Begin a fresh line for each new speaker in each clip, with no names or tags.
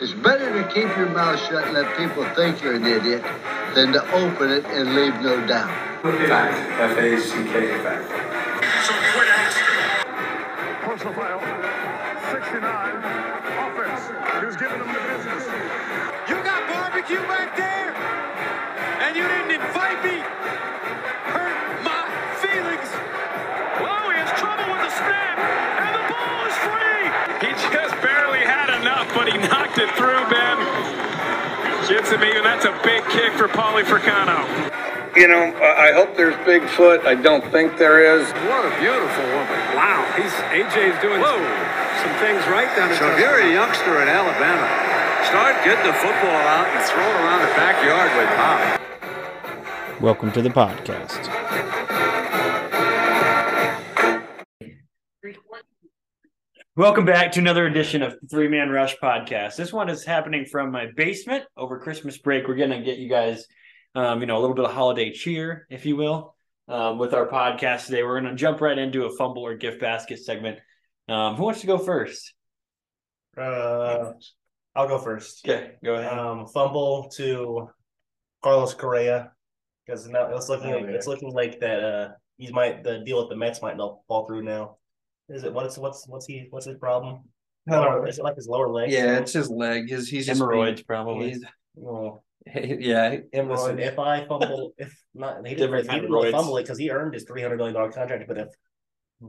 It's better to keep your mouth shut and let people think you're an idiot than to open it and leave no doubt.
Fact. F A C K. Fact.
Some quit action.
Personal foul. 69. Offense. He was giving them the business.
You got barbecue back there, and you didn't invite me. Hurt my feelings.
Oh, he has trouble with the snap, and the ball is free. He just barely had enough, but he knocked it through, Ben. Gets me, and that's a big kick for Pauly Fricano.
You know, I I hope there's Bigfoot. I don't think there is.
What a beautiful woman. Wow, he's AJ's doing some things right down
So if you're a youngster in Alabama, start getting the football out and throw it around the backyard with pop.
Welcome to the podcast. Welcome back to another edition of Three Man Rush Podcast. This one is happening from my basement over Christmas break. We're gonna get you guys, um, you know, a little bit of holiday cheer, if you will, um, with our podcast today. We're gonna jump right into a fumble or gift basket segment. Um, who wants to go first?
Uh, I'll go first.
Okay, go ahead.
Um, fumble to Carlos Correa because now it's looking
Oh,
like, it's looking like that uh he's might the deal with the Mets might not fall through now. Is it what's what's what's he what's his problem? Lower- is it like his lower leg?
Yeah, it's his leg. His he's just
Hemorrhoids,
being-
probably.
he's-
Well,
yeah,
listen,
hemorrhoids.
if I fumble, if not, he didn't,
Different
he
kind of
didn't really
roids.
fumble it because he earned his three hundred million dollar contract. But if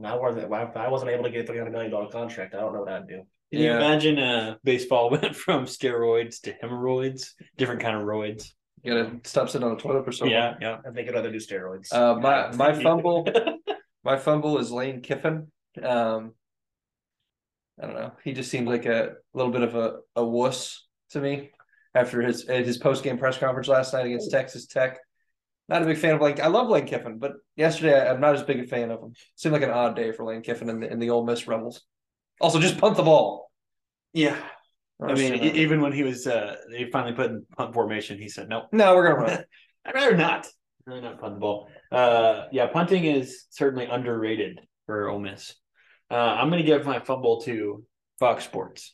I wasn't, if I wasn't able to get a three hundred million dollar contract, I don't know what I'd do.
Can you
Yeah.
imagine uh, baseball went from steroids to hemorrhoids, different kind of roids?
You gotta stop sitting on the toilet for so long.
Yeah, yeah.
I think I'd rather do steroids.
Uh, my my fumble, my fumble is Lane Kiffin. Um, I don't know. He just seemed like a little bit of a, a wuss to me after his at his post game press conference last night against Texas Tech. Not a big fan of Lane. I love Lane Kiffin, but yesterday I, I'm not as big a fan of him. Seemed like an odd day for Lane Kiffin and the and the Ole Miss Rebels. Also, just punt the ball.
Yeah,
don't
I mean,
understand
e-
that.
even when he was, uh, they finally put in punt formation, he said, "No,
no, we're gonna run. it.
I'd rather not. I'd rather not punt the ball." Uh, yeah, punting is certainly underrated for Ole Miss. Uh, I'm going to give my fumble to Fox Sports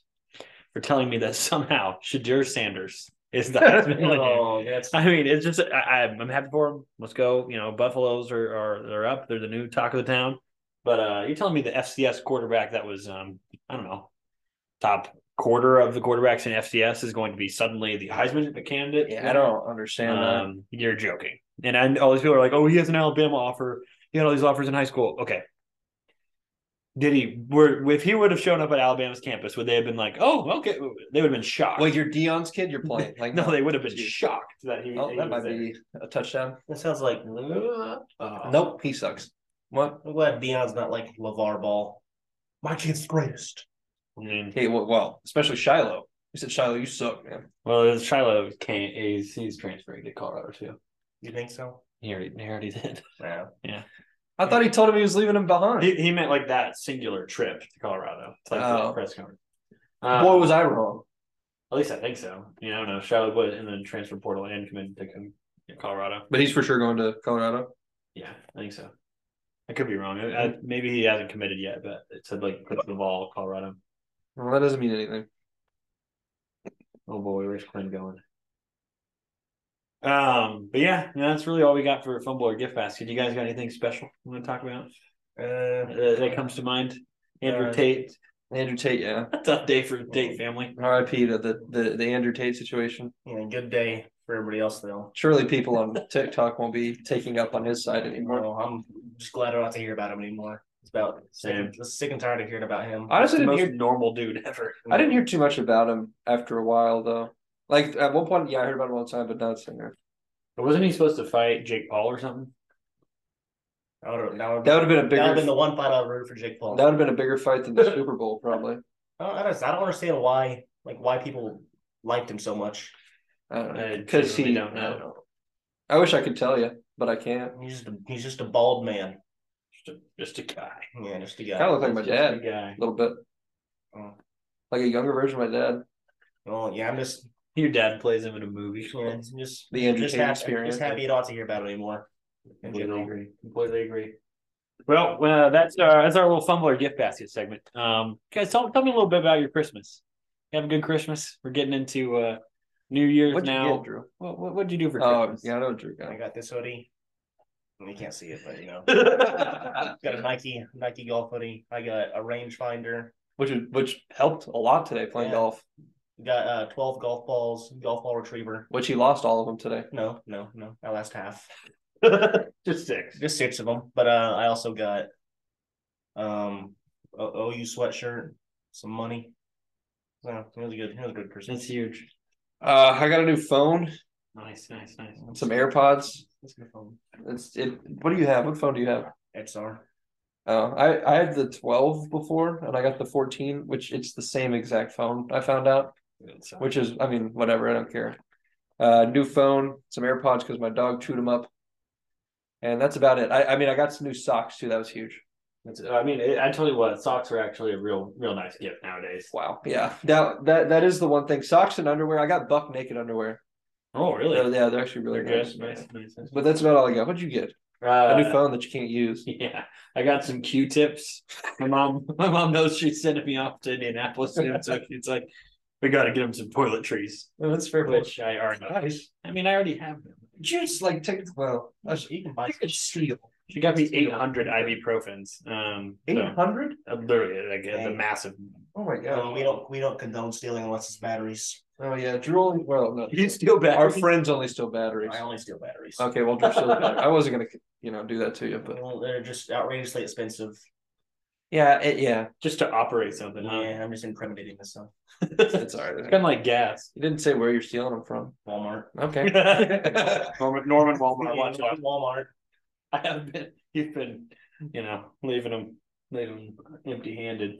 for telling me that somehow Shadir Sanders is the Heisman winner.
oh, that's
I mean, it's just I, I'm I'm happy for them. Let's go. You know, Buffaloes are are they're up. They're the new talk of the town. But uh, you're telling me the FCS quarterback that was um I don't know top quarter of the quarterbacks in FCS is going to be suddenly the Heisman candidate?
Yeah, I don't understand that.
Um, you're joking. And I, all these people are like, oh, he has an Alabama offer. He had all these offers in high school. Okay. Did he? Were if he would have shown up at Alabama's campus, would they have been like, oh, okay? They would have been shocked.
Well, you're Dion's kid. You're playing. Like
no, they would have been shocked that he.
Oh,
he
that
was
might
there.
be a touchdown.
that sounds like.
Uh,
Nope, he sucks. What?
I'm glad Dion's not like LeVar Ball. My kid's greatest.
I mean,
Hey, well, well, especially Shiloh. He said, "Shiloh, you suck, man."
well, Shiloh can't. He's, he's transferring to Colorado too.
You think so?
He already, he already did.
Yeah.
I thought he told him he was leaving him behind.
He, he meant like that singular trip to Colorado. It's like the
Oh.
press conference. Uh,
Boy, was I wrong.
At least I think so. You know, no, Charlotte would and then transfer portal and committed to come to Colorado.
But he's for sure going to Colorado.
Yeah, I think so. I could be wrong. I, I, maybe he hasn't committed yet, but it said like puts the ball Colorado.
Well, that doesn't mean anything.
Oh boy, where's Clint going? Um, but yeah, no, that's really all we got for fumble or gift basket. You guys got anything special you want to talk about
Uh,
uh, that comes to mind? Andrew
Uh,
Tate,
Andrew Tate, yeah.
tough day for Tate family.
R.I.P. to the, the the Andrew Tate situation.
yeah, good day for everybody else though.
Surely people on TikTok won't be taking up on his side anymore.
Well, I'm just glad I don't have to hear about him anymore. It's about sick,
Same.
just sick and tired of hearing about him.
I honestly
the
didn't
most
hear.
normal dude ever.
I didn't hear too much about him after a while, though. Like at one point, yeah, I heard about him all the time, but not singer.
But wasn't he supposed to fight Jake Paul or something?
I would've- that would
That would have been a
that
bigger.
would been the one fight I would root for Jake Paul.
That would have been a bigger fight than the Super Bowl, probably.
I, don't, I, don't, I don't understand why like why people liked him so much.
I don't know
I
because
truly
he.
don't know.
I I wish I could tell you, but I can't.
He's just a, he's just a bald man.
Just a, just a guy.
Yeah, just a
Kind
guy.
of look like my
Just a
dad
guy.
a little bit,
Oh.
like a younger version of my dad.
Well, yeah, I'm just
Your dad plays him in a movie.
yeah, I'm just
The Andrew
just
Tate
happy,
experience.
just happy I don't have to hear about it anymore. In
Completely
general.
agree. Completely agree. Well, uh, that's our that's our little fumble or gift basket segment. Um, guys, tell, tell me a little bit about your Christmas. Have a good Christmas. We're getting into uh New Year's
What'd you
now.
get, Drew?
What, what what'd you do for
Oh,
Christmas?
yeah, I know what Drew got.
I got this hoodie. You can't see it, but you know, got a Nike Nike golf hoodie. I got a rangefinder.
Which is- which helped a lot today playing
Yeah.
golf.
Got uh, twelve golf balls, golf ball retriever.
Which he lost all of them today.
No, no, no. I lost half.
Just six.
Just six of them. But uh, I also got um a OU sweatshirt, some money. So it was a good, it was a good Christmas.
That's huge.
Uh, I got a new phone,
Nice, nice, nice.
some AirPods.
That's good phone.
It's it. What do you have? What phone do you have?
XR.
Oh, I I had the 12 before, and I got the 14, which it's the same exact phone. I found out, which is I mean whatever. I don't care. Uh, new phone, some AirPods because my dog chewed them up, and that's about it. I I mean I got some new socks too. That was huge.
That's, I mean, it, I tell you what, socks are actually a real, real nice gift nowadays.
Wow. Yeah. That that that is the one thing. Socks and underwear. I got buck naked underwear.
Oh, really?
Yeah, yeah, they're actually really
They're good.
nice.
Nice, nice, nice.
But that's about all I got. What'd you get?
Uh,
a new phone that you can't use.
Yeah, I got some Q-tips. My mom, my mom knows she's sending me off to Indianapolis soon, so she's like, "We got to get him some toiletries."
Well, that's fair.
Which I already,
Nice.
I mean, I already have them.
Just like take well, that's
You can buy
steal.
She got me 800 ibuprofens. Um, so,
800?
uh, literally, like it's a
Dang.
massive.
Oh my
Um,
god.
we don't we don't condone stealing unless it's batteries.
Oh yeah, Drew only well no.
You steal back.
Our friends only steal batteries.
I only steal batteries.
Okay, well Drew steals batteries. I wasn't gonna you know do that to you, but
Well, they're just outrageously expensive.
yeah, it, yeah,
just to operate something. Huh?
Yeah, I'm just incriminating myself.
it's all right.
Kind of like gas.
You didn't say where you're stealing them from.
Walmart.
Okay.
Norman, Norman Walmart.
Yeah,
Watch out.
Walmart.
I have been. You've been, you know, leaving them, leaving them empty-handed.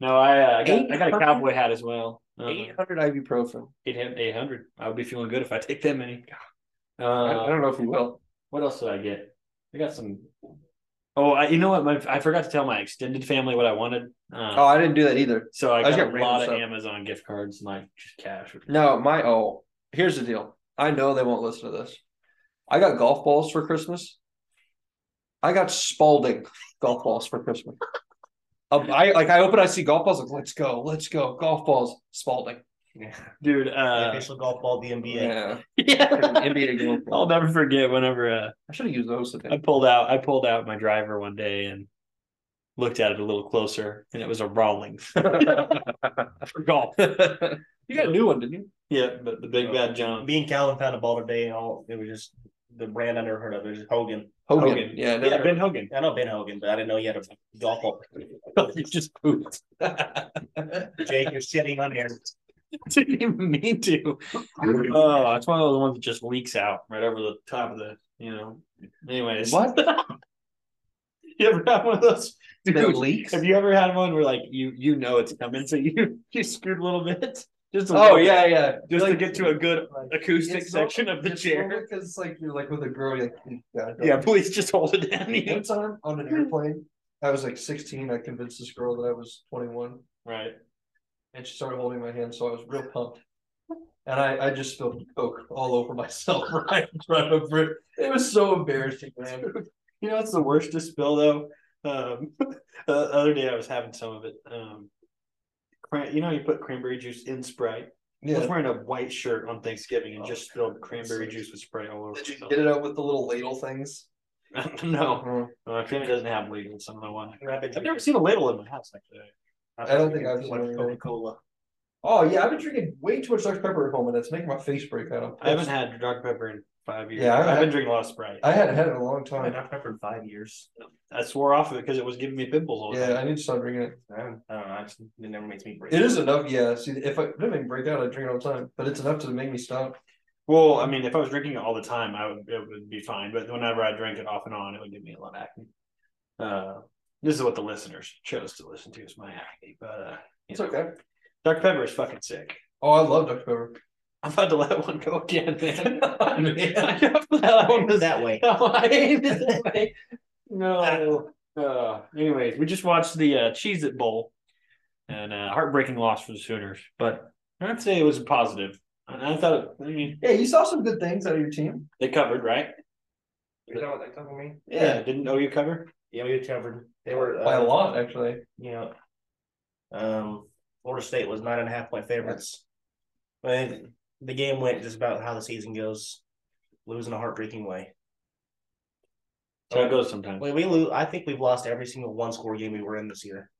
No, I, uh, I got, I got a
800?
cowboy hat as well. Um,
Eight hundred ibuprofen.
eight hundred. I would be feeling good if I take that many.
I, I
Uh,
don't know if you will.
what else did I get? I got some. Oh, I, you know what? My, I forgot to tell my extended family what I wanted. Um,
Oh, I didn't do that either.
so I
I
got
just
a
got random
lot of
stuff.
Amazon gift cards and like just cash.
No, my oh, here's the deal. I know they won't listen to this. I got golf balls for Christmas. I got Spalding golf balls for Christmas. Um, I like I open, I see golf balls. Like, let's go, let's go, golf balls, Spalding.
Yeah.
Dude,
The
uh,
official golf ball, the NBA.
Yeah,
yeah.
NBA golf balls.
I'll never forget whenever uh,
I should have used those
I
today.
pulled out I pulled out my driver one day and looked at it a little closer and it was a Rawlings for golf.
you got a new one, didn't you?
Yeah, but the big bad John.
Me and Calvin found a ball today. And all it was just the brand I never heard of. It was just Hogan.
Hogan.
Hogan.
Yeah,
Yeah,
never-
Ben Hogan.
I know Ben Hogan, but I didn't know he had a golf ball.
you just pooped.
Jake, you're sitting on here.
Didn't even mean to. Oh, it's one of those ones that just leaks out right over the top of the, you know. Anyways.
What?
You ever had one of those?
That
Dude,
leaks.
have you ever had one where like you you know it's coming, so you you screwed a little bit? Just a
Oh
little bit,
yeah, yeah.
Just to get to a good
like,
acoustic
it's
section of the chair.
because like you're like with a girl. You're like, yeah, don't-
Yeah, please just hold it down.
One time on an airplane, I was like 16. I convinced this girl that I was 21,
Right.
and she started holding my hand, so I was real pumped. And I, I just spilled coke all over myself right in front of her. It was so embarrassing, man.
You know, it's the worst to spill though. Um, the other day I was having some of it. Um, cran- you know, you put cranberry juice in Sprite. I was
Yeah,
wearing a white shirt on Thanksgiving and just spilled cranberry juice with Sprite all over
Oh, did you
myself.
get it out with the little ladle things?
no,
Mm.
no, my family doesn't have ladles. I'm the one.
I've been
I've never seen a ladle in my house actually.
I don't think I've
drinking
seen
too much
it.
Coca Cola.
Oh yeah, I've been drinking way too much Dr Pepper at home, and that's making my face break out. I'm
I haven't
pissed.
had Dr Pepper in five years.
Yeah, I
I've,
haven't
been
had-
drinking a lot of Sprite. I,
I hadn't had it in a long
I haven't
time.
had pepper in five years.
swore off of it because it was giving me pimples all the
Yeah,
time.
I need to stop drinking it.
I don't I don't know. I just, it never makes me break.
It is enough. Yeah, see, if I didn't break out, I drink it all the time, but it's enough to make me stop.
Well, I mean, if I was drinking it all the time, I would it would be fine. But whenever I drank it off and on, it would give me a lot of acne. Uh, this is what the listeners chose to listen to is my acne. But uh, you
It's
know,
okay.
Dr Pepper is fucking sick.
Oh, I love Dr Pepper.
I'm about to let one go again, man. I have to let that one go.
that way.
I hate it that way. No. Uh, anyways, we just watched the uh, Cheez It Bowl and uh, heartbreaking loss for the Sooners, but I'd say it was a positive. I I thought, it, I mean,
Yeah, you saw some good things out of your team.
they covered, right?
You know what that covered me?
Yeah, didn't OU cover?
Yeah, we covered. They were
By a
uh,
lot, actually.
You know, um, Florida State was nine and a half point favorites. But the game went just about how the season goes, losing a heartbreaking way.
So it goes sometimes.
We, we lose. I think we've lost every single one score game we were in this year.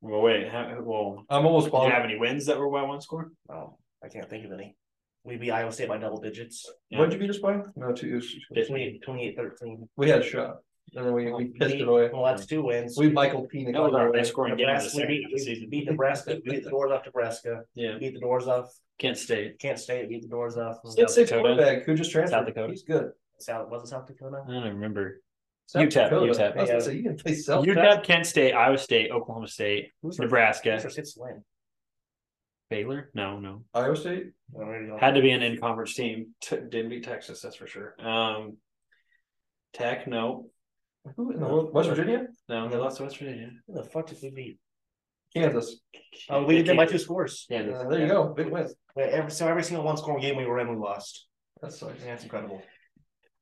Well, wait. How, well,
I'm almost
Do you
bummed.
have any wins that were by one score?
Oh, I can't think of any. We beat Iowa State by double digits.
Yeah.
What'd you beat us by? No, two years.
28, 13
We had a shot, and then we, we pissed it away.
Well, that's two wins.
We Michael Pina.
That was our best scoring game of the
Nebraska, we
second
beat,
half of the
we
season.
beat Nebraska. We beat the doors off Nebraska.
Yeah,
We beat the doors off
Kent State.
Kent State. Beat the doors off uh,
It's six
Dakota.
quarterback who just transferred.
South Dakota.
He's good.
South. Was it South Dakota?
I don't remember.
South
UTEP,
Dakota.
UTEP.
I
Yeah.
was gonna say you can play South.
UTEP, Kent State, Iowa State, Oklahoma State,
Who's our-
Nebraska,
Who's our sixth win?
Baylor. No, no,
Iowa State.
I don't really know.
had to be an in-conference team. T- didn't beat Texas, that's for sure. Um, Tech, no,
Who in the world? West Virginia.
no, they lost to West Virginia.
Who the fuck did we beat?
Kansas.
Oh, we beat them by two scores.
Kansas.
Uh, there you go. Big win.
Wait, every, so every single one score game we were in, we lost.
That sucks.
Yeah, that's incredible.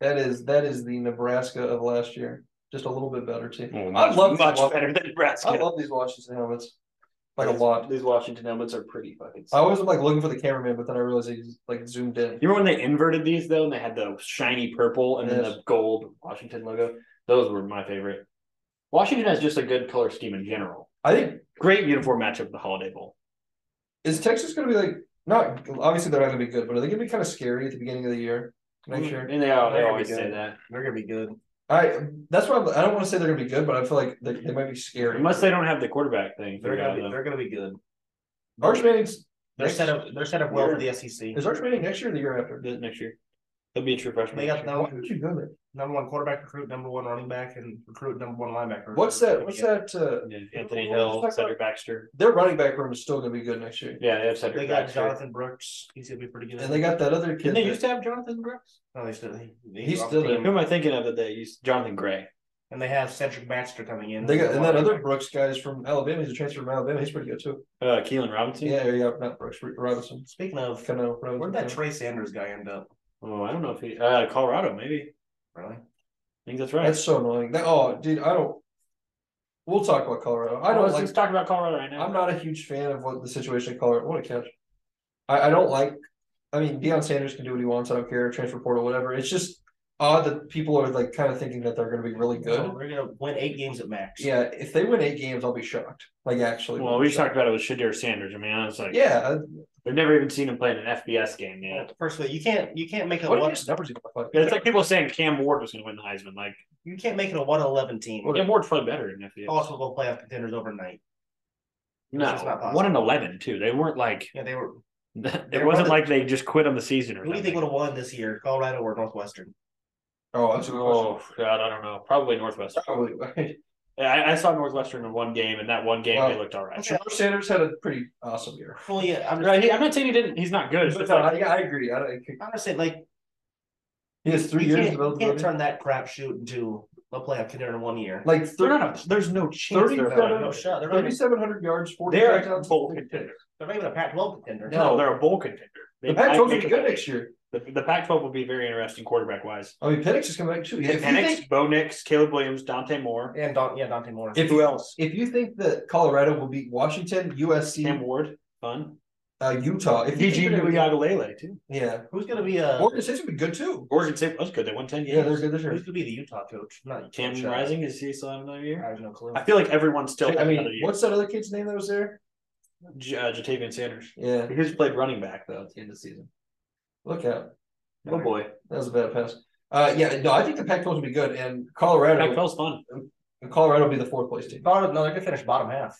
That is that is the Nebraska of last year. Just a little bit better too.
Well,
I
much-
love
much
these, Wa-
better than Nebraska.
I love these Washington helmets. Like a lot.
These Washington helmets are pretty fucking.
Oh,
I always was like looking for the cameraman, but then I realized he like zoomed in.
You remember when they inverted these though, and they had the shiny purple and then
Yes.
the gold Washington logo? Those were my favorite. Washington has just a good color scheme in general.
I think
Great uniform matchup with the Holiday Bowl.
is Texas going to be like not obviously they're not going to be good, but are they going to be kind of scary at the beginning of the year next
Mm.
year?
And they, all, they
They're
always
gonna be
say
good.
that.
They're gonna be good.
I that's why I'm, I don't want to say they're going to be good, but I feel like they, they might be scary.
Unless they don't have the quarterback thing.
They're
figured
gonna
out,
be.
though.
They're gonna be good.
Arch Manning's
They're set up. They're set up well for the E SEC.
is Arch Manning next year or the year after?
This- next year. He'll be a true freshman.
They got
next year.
the
Why would you go there?
number one quarterback recruit, number one running back, and recruit number one linebacker.
What's that? What's that? Uh,
Yeah, Anthony Hill, Cedric Baxter.
their running back room is still going to be good next year,
Yeah, they have Cedric
They got
Baxter.
Jonathan Brooks. He's gonna be pretty good.
and they got that other kid.
Didn't they
that-
used to have Jonathan Brooks?
No, they still. They,
He's still
Who am I thinking of that they used? Jonathan Gray.
And they have Cedric Baxter coming in.
They got and that other Brooks guy is from Alabama. He's a transfer from Alabama. He's pretty good too.
Uh, Keelan Robinson.
Yeah, yeah, not Brooks Robinson.
Speaking of,
Cano Robinson.
where'd that Trey Sanders guy end up?
Oh, I don't know if he. Uh, Colorado, maybe.
Really?
I think that's right.
That's so annoying. That, oh, dude, I don't. We'll talk about Colorado. I don't
Let's
like.
just talk about Colorado right now.
I'm not a huge fan of what the situation in Colorado. What a catch! I, I don't like. I mean, Deion Sanders can do what he wants. I don't care. Transfer portal, whatever. It's just odd that people are like kind of thinking that they're going to be really good.
Oh, They're gonna win eight games at max.
Yeah, if they win eight games, I'll be shocked. Like actually.
Well, we just talked about it with Shadir Sanders. I mean, I was like,
Yeah.
I've never even seen him play in an FBS game yet.
Firstly, you can't you can't make it a
What are
one,
his numbers? he look like?
It's like people saying Cam Ward was going to win the Heisman. Like
you can't make it a Oh, one eleven team.
Cam Ward played better in FBS.
Also, go playoff contenders overnight. it's not
no,
possible.
one and eleven too. They weren't like
Yeah, they were.
it wasn't like they just quit on the season or
Who do you think
something.
would have won this year, Colorado or Northwestern?
Oh, that's a good question.
Oh God, I don't know. Probably Northwestern.
Probably. right.
I, I saw Northwestern in one game, and that one game
Wow.
they looked all right.
Okay.
Sanders had a pretty awesome year.
Well, yeah, I'm just,
Right, he- I'm not saying he didn't. He's not good. It's
But uh,
just
no,
like,
I, I agree. I don't,
I'm just saying, like,
he has three
you
years
can't, you
developed.
can't turn that crapshoot into a playoff contender in one year.
Like
they're
30,
not. A, there's no chance.
Thirty
They're,
seven.
No
no,
shot. They're not, even,
3,700 yards, 40
they're a
touchdowns.
bowl contender.
they're not even a Pac-12 contender.
No, they're a bowl contender. They
The Pac-12
might
will
make
be
it
good
there.
next year.
The, the Pac-12 will be very interesting quarterback wise.
I mean, Penix is coming back too. If you
Penix,
think-
Bo Nix, Caleb Williams, Dante Moore,
And Don, yeah, Dante Moore.
if you else, if you think that Colorado will beat Washington,
Cam
USC,
Ward, fun.
uh, Utah, if you
DG
think they're gonna-
Uyagalele too.
yeah,
Who's gonna be uh, a
Oregon State's gonna be good too.
Oregon State was good. They won ten games.
Yeah, they're good this
Who's
year.
gonna be the Utah coach? Not
Cam
Sure.
Rising is he still have another
I
year?
have no clue.
I feel like everyone still.
I
has another
mean,
year.
what's that other kid's name that was there?
J- uh, Jatavian Sanders?
Yeah,
Who's played running back though at the end of the season?
look out.
Oh boy,
That was a bad pass. Uh, yeah, no, I think the Pac-12 will be good, and Colorado,
Pac-12's fun.
Colorado will be the fourth place team.
Bottom, no, they're gonna finish bottom half.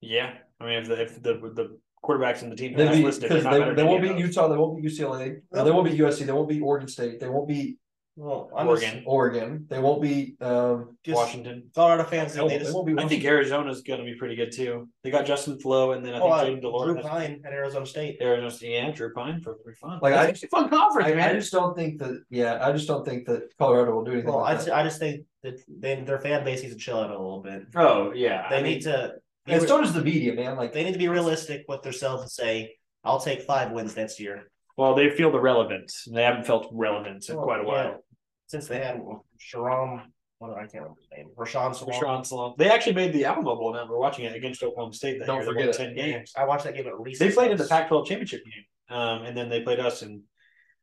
Yeah, I mean if the if the the quarterbacks in the team
They'd
that's
be-
listed, they're
'cause
not
they,
better
they
than
won't
any
beat
of
Utah. They won't beat UCLA. No, they won't beat USC. They won't beat Oregon State. They won't beat
Well,
those.
I'm
Oregon,
Oregon. They won't beat. Um,
Just, just
Washington.
Colorado fans,
no,
they
they
just.
won't beat.
I think Arizona's going to be pretty good too. They got Justin Flo, and then I
Oh, uh,
think Jaden
Drew
Delora.
Pine at Arizona State.
Arizona State, yeah, Drew Pine for pretty fun.
Like, I-
It's actually a fun conference,
I, I
man.
just don't think that. Yeah, I just don't think that Colorado will do anything.
Well, I
like
just,
that.
I just think that they, their fan base needs to chill out a little bit.
oh yeah,
They
I mean,
need to. They,
and
were-
so does the media, man. Like,
they need to be realistic with themselves and say, "I'll take five wins next year."
well, they
Oh,
feel the relevance. They haven't felt relevance in
Well,
quite a
yeah.
while.
Since they had Sharam, What I can't remember his name. Rashawn Salon.
Rashawn Salon. They actually made the Alamo Bowl now. We're watching it against Oklahoma State. That
Don't
year. They
forget
won
it.
ten games.
I watched that game at least.
They
six
played in the
times.
Pac-12 championship game, um, and then they played us. And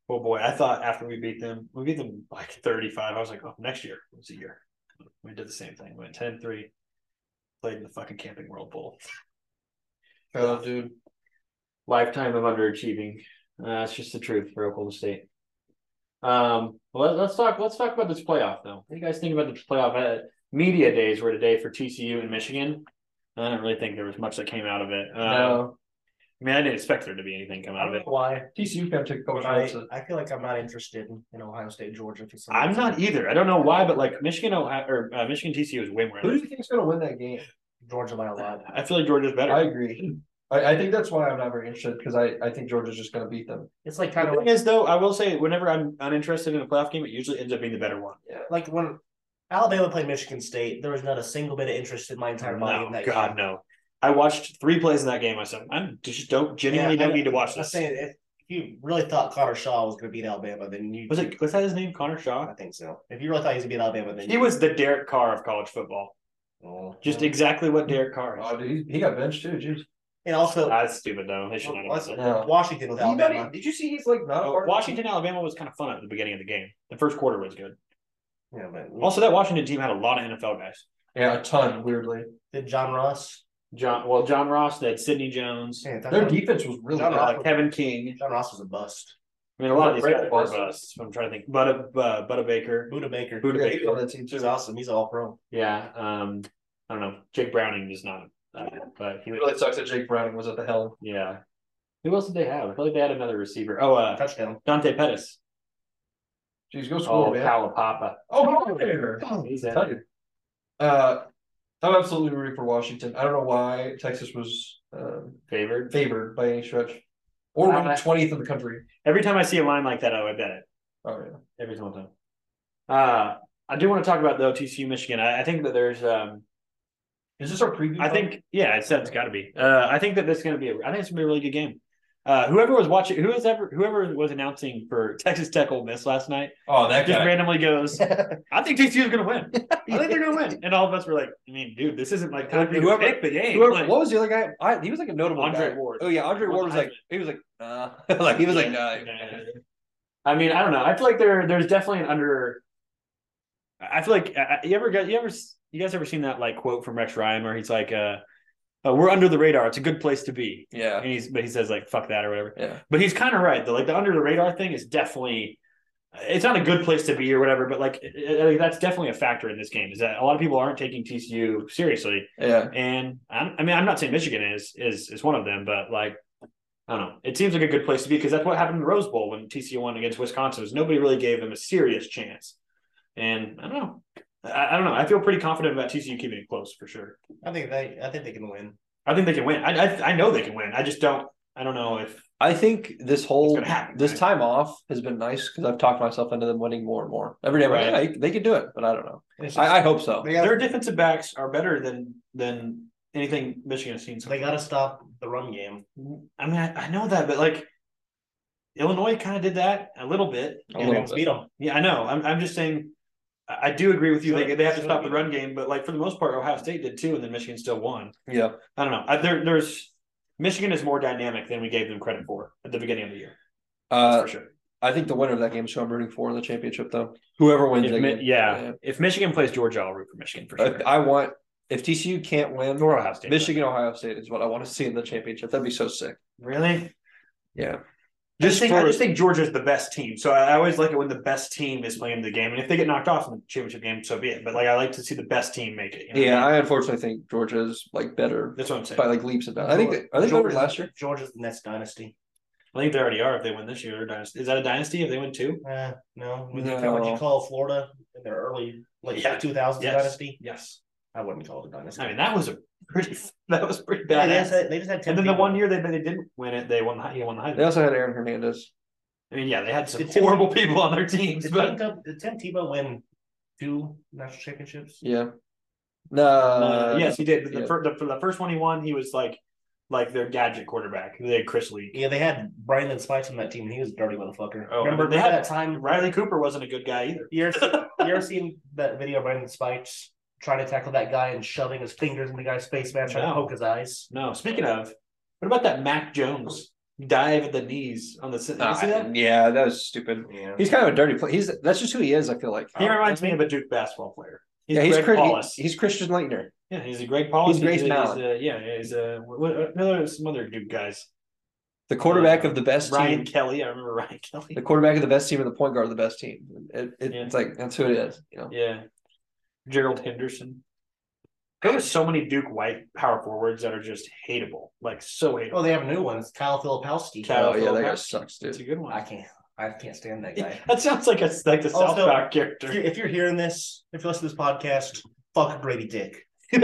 oh boy, I thought after we beat them, we beat them like thirty-five. I was like, oh, next year was a year. We did the same thing. We went 10-3, played in the fucking Camping World Bowl.
Oh, dude.
Lifetime of underachieving. Uh, it's just the truth for Oklahoma State. Um, well, let's talk. Let's talk about this playoff, though. What do you guys think about this playoff? Uh, media days were today for TCU and Michigan. I don't really think there was much that came out of it. Um,
No.
I mean, I didn't expect there to be anything come
I
out of
don't
it.
know why.
TCU kind of took Coach
But I,
Wilson.
I feel like I'm not interested in, in Ohio State, Georgia. For some
I'm
reason.
not either. I don't know why, but like Michigan Ohio, or uh, Michigan TCU is way more.
Who do you think's going to win that game?
Georgia by a lot.
I feel like Georgia's better.
I agree. I, I think that's why I'm not very interested because I, I think Georgia's just going to beat them.
It's like
the
kind of
thing
like,
is, though, I will say, whenever I'm uninterested in a playoff game, it usually ends up being the better one.
like when Alabama played Michigan State. There was not a single bit of interest in my entire body in
No,
that
Oh, God,
game.
no. I watched three plays in that game. I said, I just don't genuinely
Yeah, I
don't need to watch
I'm
this.
saying if you really thought Connor Shaw was going to beat Alabama, then you
Was it was that his name, Connor
I
Shaw?
think so. If you really thought he was going to beat Alabama, then
He was the Derek Carr of college football.
you,
Just exactly what Derek Carr is.
Oh, dude, he, he got benched too. Jeez.
and also
That's stupid though. They should not have done that.
Yeah.
Washington with
He
Alabama.
not- did you see he's like not a part of the
Washington, Alabama was kind of fun at the beginning of the game. The first quarter was good.
Yeah, but
Also, that Washington team had a lot of NFL guys.
team? Yeah, a ton, weirdly.
did John Ross?
John, well, John Ross, they had Sidney Jones,
Yeah,
Their defense was really
Not
bad.
awful.
Kevin King.
John Ross was a bust.
I mean, a lot of these
Brett
guys were
Boston.
busts. I'm trying to think. Butta, uh, Butta Baker.
Buda Baker.
Buda
Yeah,
Baker.
he was on that team
He's just
too.
awesome. He's all pro.
Yeah. Um, I don't know. Jake Browning is not, uh, but he
It
was,
really sucks that Jake Browning was at the helm.
yeah. Who else did they have? I feel like they had another receiver. Oh, uh,
Touchdown.
Dante Pettis.
Jeez, go score,
Oh,
man.
Papa.
Oh, go there.
He's
I tell
in.
you. Uh, I'm absolutely rooting for Washington. I don't know why Texas was um,
Favored.
favored Uh, by any stretch, or
I-
ranked twentieth in the country.
Every time I see a line like that, I would bet it.
Oh yeah,
Every single time. Uh, I do want to talk about though TCU Michigan. I, I think that there's um,
is this our preview?
I think yeah, it said it's got to be. Uh, I think that this is going to be. A, I think it's going to be a really good game. Uh, whoever was watching, who was ever, whoever was announcing for Texas Tech Ole Miss last night,
Oh, that
just
guy.
randomly goes, "I think TCU is going to win. I think they're going to win." And all of us were like, "I mean, dude, this isn't like time for you to
Whoever-
pick the game."
Whoever,
Like,
what was the other guy? I, he was like a notable
Andre
guy.
Ward.
Oh yeah, Andre
Won
Ward
the
was like
Heisman.
he was like nah, like he was like nah.
I mean, I don't know. I feel like there, there's definitely an under. I feel like I, I- you ever got you ever you guys ever seen that like quote from Rex Ryan where he's like, uh, uh, "We're under the radar. It's a good place to be,"
Yeah,
and he's but he says like "fuck that" or whatever.
yeah.
But he's kind of right. The like the under the radar thing is definitely. It's not a good place to be or whatever, but like it- it- that's definitely a factor in this game. Is that a lot of people aren't taking TCU seriously,
Yeah,
and I'm, I mean, I'm not saying Michigan is is is one of them, but like, I don't know. It seems like a good place to be because that's what happened in the Rose Bowl when TCU won against Wisconsin. Was nobody really gave them a serious chance, and I don't know. I, I don't know. I feel pretty confident about TCU keeping it close for sure.
I think they. I think they can win.
I think they can win. I I, I know they can win. I just don't. I don't know if
I think this whole
gonna happen,
this
right?
time off has been nice because I've talked myself into them winning more and more every day. I'm like,
Right.
yeah, they could do it, but I don't know.
It's just-
I, I hope so.
they
their
got.
defensive backs are better than than anything Michigan has seen. So
They got to stop the run game.
I mean, I, I know that, but like. Illinois kind of did that a little bit.
A
and
little
then-
bit.
Beat them.
Yeah, I know. I'm, I'm just saying, I I do agree with you. They,
Sure,
they have to
sure.
stop the run game, but like for the most part, Ohio State did too, and then Michigan still won.
Yeah.
I don't know. I, there, there's Michigan is more dynamic than we gave them credit for at the beginning of the year. That's
Uh,
for sure.
I think the winner of that game is who I'm rooting for in the championship, though. Whoever wins, that
If, Mi-
game.
yeah, if Michigan plays Georgia, I'll root for Michigan for sure.
If Uh, I want if TCU can't win,
or Ohio State.
Michigan, Ohio State is what I want to see in the championship. That'd be so sick.
really? I
Yeah,
just,
Just
think, I
for-
just think Georgia's the best team, so I I always like it when the best team is playing the game, and if they get knocked off in the championship game, so be it. But like, I like to see the best team make it. you know what I
yeah.
mean?
I unfortunately think Georgia's like better
that's what I'm saying.
by like leaps and bounds. I think they, I think they were
Georgia's-
last year.
Georgia's the next dynasty.
I think they already are if they win this year. they're a dynasty. Is that a dynasty if they win two?
Uh, no, Would you-
No.
Would you call Florida in their early late
Yeah.
2000s
Yes.
dynasty?
Yes.
I wouldn't call it a dynasty.
I mean, that was a pretty that was pretty
Yeah,
bad.
they, just had, they just had 10
and then the
people.
one year they they didn't win it, they won the he won the
They
Heisman.
also had Aaron Hernandez.
I mean, yeah, they had some
Did Tim-
horrible people on their teams,
Did,
but
Tim Tebow, did Tim Tebow win two national championships?
Yeah. No.
uh, yes, he did. The,
yeah.
fir- the, the first one he won, he was like like their gadget quarterback. They had Chris Lee.
Yeah, they had Brian Spice on that team, and he was a dirty motherfucker.
Oh,
remember
they
they had
had-
that time?
Riley Cooper wasn't a good guy either.
You ever, seen, you ever seen that video of Brandon Spikes trying to tackle that guy and shoving his fingers in the guy's face, man, trying
No.
to poke his eyes?
No. Speaking of, what about that Mac Jones dive at the knees on the? You see that?
Uh, yeah, that was stupid.
Yeah.
He's kind of a dirty play. He's that's just who he is. I feel like
He reminds me of a Duke basketball player. He's
Uh, yeah, he's
Greg
Chris- he-
Paulus.
he's Christian Leitner.
yeah, he's a Greg Paulus.
he's Grayson
a-
Allen.
a- yeah, yeah, he's a what, what, no, there's some other Duke guys.
The quarterback of the best
Ryan
team.
Kelly. I remember Ryan Kelly.
The quarterback of the best team and the point guard of the best team. It, it-
Yeah.
It's like that's who it is. You know.
Yeah. Gerald Henderson. There was so many Duke white power forwards that are just hateable, like so hateable.
Oh, they have a new one. It's Kyle Filipowski.
Kyle-
oh yeah, that guy
Filipowski.
sucks,
It's a
dude.
good one.
I can't. I can't stand that guy.
That sounds like a like the
Also-
South Park
if, you're,
character.
if you're hearing this, if you listen to this podcast, fuck Brady Dick.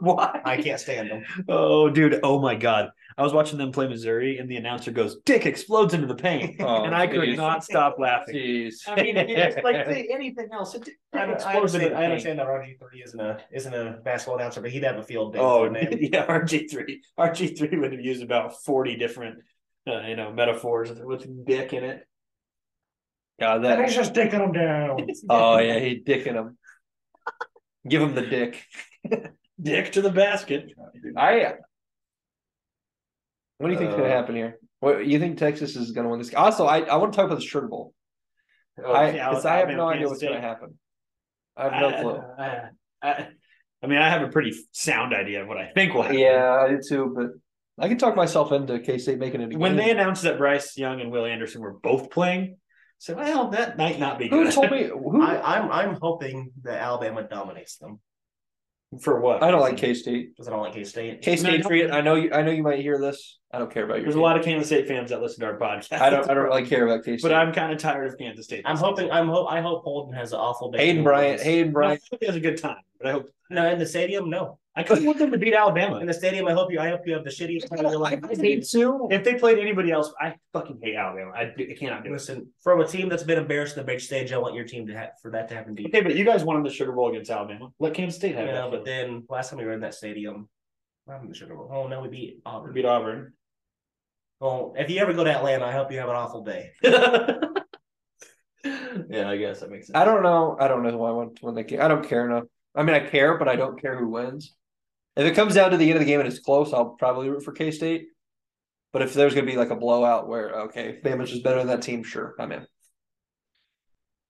Why?
I can't stand him.
Oh, dude. Oh my God. I was watching them play Missouri, and the announcer goes, "Dick explodes into the paint,"
Oh,
and I could
geez.
not stop laughing.
Jeez.
I mean, it's like say anything else. It,
I,
it
don't- I
explodes into
understand,
the
I
paint.
understand that RG three isn't a isn't a basketball announcer, but he'd have a field day.
Oh
with him.
yeah, RG three. RG three would have used about forty different, uh, you know, metaphors with dick in it.
God, that.
he's just taking him down.
Oh
Uh,
yeah, he dicking him. Give him the dick.
Dick to the basket.
I. What do you think's gonna
Uh,
happen here? What you think Texas is gonna win this? Also, I, I want to talk about the Sugar Bowl. Oh,
Oh,
I because I have no idea what's gonna happen. I have no clue.
I, I, I mean, I have a pretty sound idea of what I think will happen.
Yeah, I did too, but I can talk myself into K State making it again.
When they announced that Bryce Young and Will Anderson were both playing, I said, well, that might not be
who
good.
told me who
I,
I,
I'm I'm hoping that Alabama dominates them
For what?
don't like K State.
because I don't like K State.
K State free. I know you. I know you might hear this. I don't care about your.
There's a lot of Kansas State fans that listen to our podcast.
I don't. I don't really care about K State.
But I'm kind of tired of Kansas State.
I'm hoping I'm hope I hope Holden has an awful day.
Hayden Bryant. Hayden
I
Bryant.
hope he has a good time. But I hope
No, in the stadium, no.
I kind of want them to beat Alabama.
In the stadium, I hope you. I hope you have the shittiest time of your life.
too.
If they played anybody else, I fucking hate Alabama. I, do, I cannot do it.
Listen, from a team that's been embarrassed in the big stage, I want your team to have for that to happen to you.
Okay, but you guys won the Sugar Bowl against Alabama. Let Kansas State
You
have
know,
that.
but
But
then last time we were in that stadium, I'm in the Sugar Bowl. Oh no, we beat Auburn.
beat Auburn.
Well, if you ever go to Atlanta, I hope you have an awful day.
yeah, I guess that makes sense.
I don't know. I don't know why I want to win the game. I don't care enough. I mean, I care, but I don't care who wins. If it comes down to the end of the game and it's close, I'll probably root for K State. But if there's going to be like a blowout where okay, Bama's just better than that team, sure, I'm in.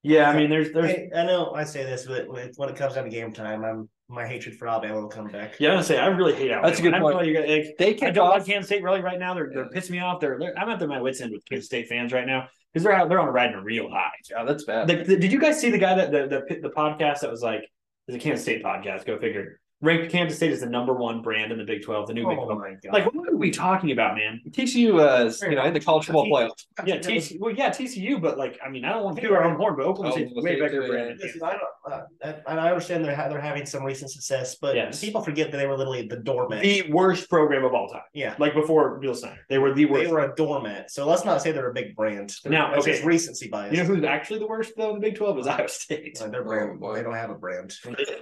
Yeah, I mean, there's there's.
I, I know I say this, but when when it comes down to game time, I'm my hatred for Alabama will come back.
Yeah, I'm gonna say I really hate Alabama.
That's a good
I
point.
Know you guys, like,
They
I
kicked
don't like
off.
Kansas State really right now. They're they're pissing me off. They're, they're I'm at the my wits end with Kansas State fans right now because they're out, they're on a riding real high.
Yeah, that's bad.
Like, the- did you guys see the guy that the, the the podcast that was like the Kansas State podcast? Go figure. Ranked Kansas State is the number one brand in the Big Twelve, the new Big
Oh
Twelve.
my god!
Like, what are we talking about, man?
TCU, uh, is, you know, in the college football playoffs.
Yeah, TC, well, yeah, TCU, but like, I mean, I don't want to do our own horn, but Oklahoma
Oh,
State's
we'll
way
see
better
too,
brand. than Kansas
Listen, I don't. Uh, and and I understand they're ha- they're having some recent success, but
Yes.
people forget that they were literally the doormat.
State. The worst program of all time,
yeah,
like before Bill Snyder, they were the
they
worst.
were a doormat. So let's not say they're a big brand. They're-
Now,
it's
okay.
just recency bias.
you know who's actually the worst though in the Big Twelve is Iowa State.
Like, their
Oh,
brand,
boy.
they don't have a brand.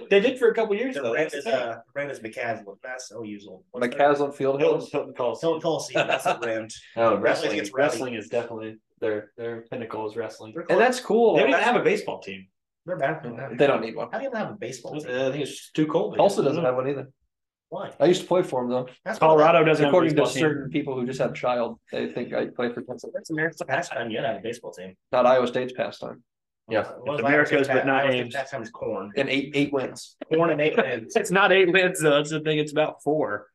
They did for a couple years
Their
though.
brand
That's
is
the thing.
uh, brand is McCaslin. That's OU's old.
Like Caslin Field
Hilton,
Hills.
Hilton calls.
Don't call Seaton, That's a brand.
No,
wrestling-
Oh, wrestling. Wrestling is definitely their their pinnacle is wrestling.
They're,
And that's cool.
They don't even have a baseball team.
they're bad. for that.
They don't need one.
How do you not have a baseball
Uh,
team?
I think it's too cold.
Tulsa doesn't have one either.
Why?
I used to play for them though.
That's
Colorado doesn't have a
According to
baseball team.
certain people who just had a child, they think I play for Texas.
That's America's pastime. You gotta have a baseball team.
Not Iowa State's pastime.
Yeah.
What
It's
was
America's,
Iowa State's
but not
pastime? Iowa
Ames.
State's Pastime is corn.
And eight eight wins.
Corn and eight wins.
It's not eight wins though. That's the thing. It's about four.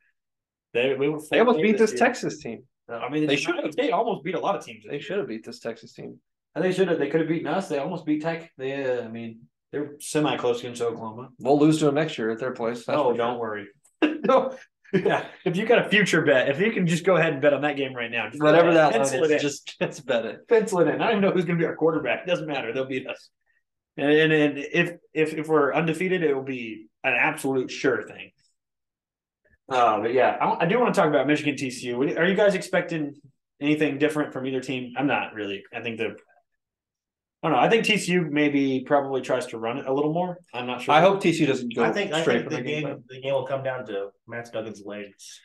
They we were
They almost
four
beat this
year.
Texas team.
I mean,
They
they should.
should've.
They almost beat a lot of teams.
They should have beat this Texas team.
And they should have. They could have beaten us. They almost beat Tech. They. Uh, I mean, they're semi close against Oklahoma.
We'll lose to them next year at their place. that's
oh,
for sure.
don't worry. no. Yeah, if you got a future bet, if you can just go ahead and bet on that game right now, just
Whatever that line
pencil it in.
is, just, just bet it.
pencil it in. I don't even know who's going to be our quarterback. It doesn't matter. They'll beat us. And, and and if if if we're undefeated, it will be an absolute sure thing. Uh, but yeah, I, I do want to talk about Michigan TCU. What- Are you guys expecting anything different from either team? I'm not really. I think the I don't know. I think TCU maybe probably tries to run it a little more. I'm not sure.
I hope TCU doesn't go
I think I
straight
think
for
the
the game.
game the game will come down to Matt Duggan's legs.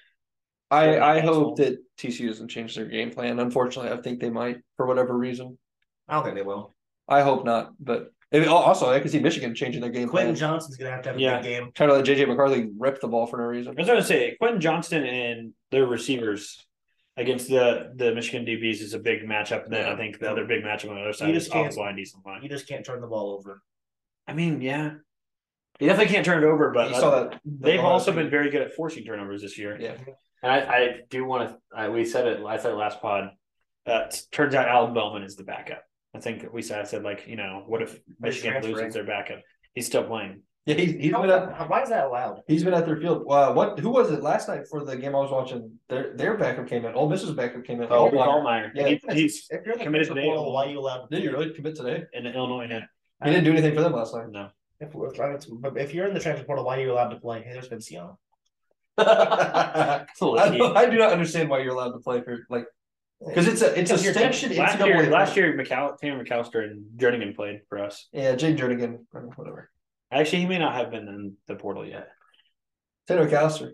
I I hope that TCU doesn't change their game plan. Unfortunately, I think they might for whatever reason.
I don't think they will.
I hope not, but it, also I can see Michigan changing their game
Quentin
plan.
Johnson's gonna have to have a
Yeah.
big game.
Trying to let JJ McCarthy rip the ball for no reason.
I was going to say Quentin Johnston and their receivers against the the Michigan DBs is a big matchup. And then I think the other big matchup on the other side is
just can't-
offensive line, decent line.
You just can't turn the ball over.
I mean, yeah, you definitely can't turn it over, but uh,
You saw that
they've also been very good at forcing turnovers this year.
yeah.
And I, I do want to. I, we said it. I said it last pod. Uh, t- turns out Alan Bellman is the backup. I think we said. I said like you know, what if Michigan
transferring.
loses their backup? He's still playing.
Yeah, he's, he's
How-
been at
how- why is that allowed?
he's been at their field. Uh, what who was it last night for the game I was watching? Their their backup came in. Ole Miss's backup came in.
Oh, Ballmeyer.
Ballmeyer. Yeah.
He- he's
If you're the
Committed
transfer
today.
portal, why are you allowed?
Did you really commit today?
in Illinois. Yeah.
He didn't do anything for them last night.
No.
If, we're- if, if you're in the transfer portal, why are you allowed to play? Hey, there's Vinciano.
I, don't-
Last
I do not understand why you're allowed to play for like because it's a it's a
Because you're-
sanctioned NCAA
year,
tournament.
last year, McAll- Tanner McAllister and Jernigan played for us.
Yeah, Jake Jernigan, whatever.
Actually, he may not have been in the portal yet.
Tanner McAllister.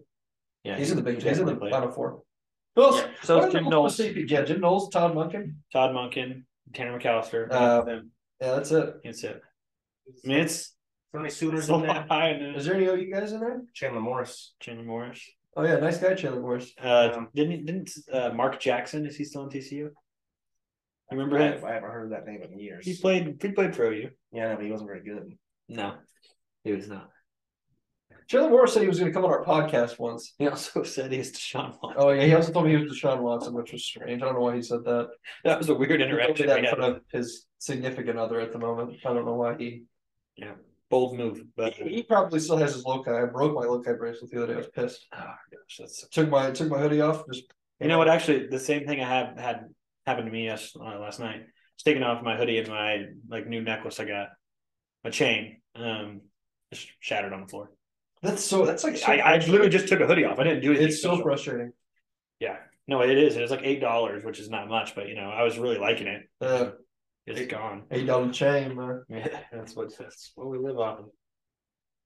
Yeah,
He's in the big. He's in the
definitely played.
final four. Who else?
Yeah, so
why
it's
did
Jim
Oklahoma
Knowles.
State beat- Yeah, Jim Knowles, Todd Munkin.
Todd Munkin, Tanner McAllister.
Uh,
them.
Yeah, that's it.
That's it. I mean, it's
So many Sooners
it's a
in there.
lot high in
Is
there.
there any OU guys in there?
Chandler Morris.
Jimmy Morris.
Oh yeah, nice guy, Chandler Morris.
Uh,
Um,
didn't didn't uh, Mark Jackson? Is he still in TCU? Remember
I,
him?
I haven't heard that name in years.
He played. He played for OU.
Yeah, no, but he wasn't very good.
No, he was not.
Chandler Morris said he was going to come on our podcast once.
He also said he was Deshaun Watson.
Oh yeah, he also told me he was Deshaun Watson, which was strange. I don't know why he said that.
That was a weird
He told me
interaction.
that in
Yeah.
front of his significant other at the moment. I don't know why he.
Bold move, but
He probably still has his loci. I broke my loci bracelet the other day. I was pissed.
oh gosh, that's
Took my took my hoodie off. Just
You know what? Actually, the same thing I have had happened to me yes, uh, last night. I was taking off my hoodie and my like new necklace I got, my chain, um, just shattered on the floor.
That's so. That's like so
I, I literally just took a hoodie off. I didn't do anything.
It's so
special.
frustrating.
Yeah, no, it is. It was like eight dollars, which is not much, but you know, I was really liking it.
Uh,
It's gone.
eight dollar chain. man.
Yeah, that's what that's what we live off of.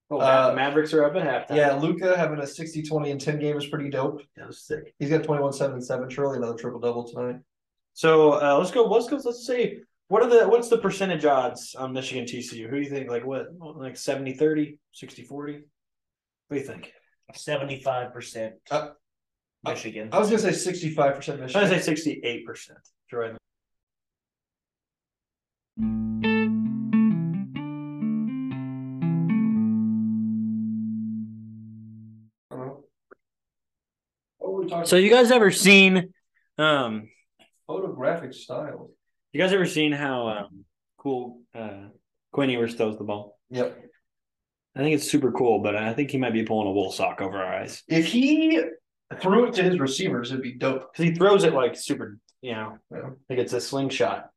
Oh,
Uh,
Ma- Mavericks are up at halftime.
Yeah, Luca having a 60 20 and 10 game is pretty dope.
that was sick.
He's got 21 7 and 7, surely another triple double tonight.
So uh, let's go. Let's go. Let's see. What are the what's the percentage odds on Michigan TCU? Who do you think? Like what? Like 70 30, 60 40? What do you think?
Seventy-five percent
Uh, uh,
Michigan.
I was going to say 65%
I'm
Michigan.
gonna say 68%. You're right.
What Oh, were we talking
So you guys ever seen um
Photographic style.
you guys ever seen how um cool uh Quinn Ewers throws the ball?
Yep.
I think it's super cool, but I think he might be pulling a wool sock over our eyes.
If he threw it to his receivers, it'd be dope.
Because he throws it like super, you know,
Yeah.
like it's a slingshot.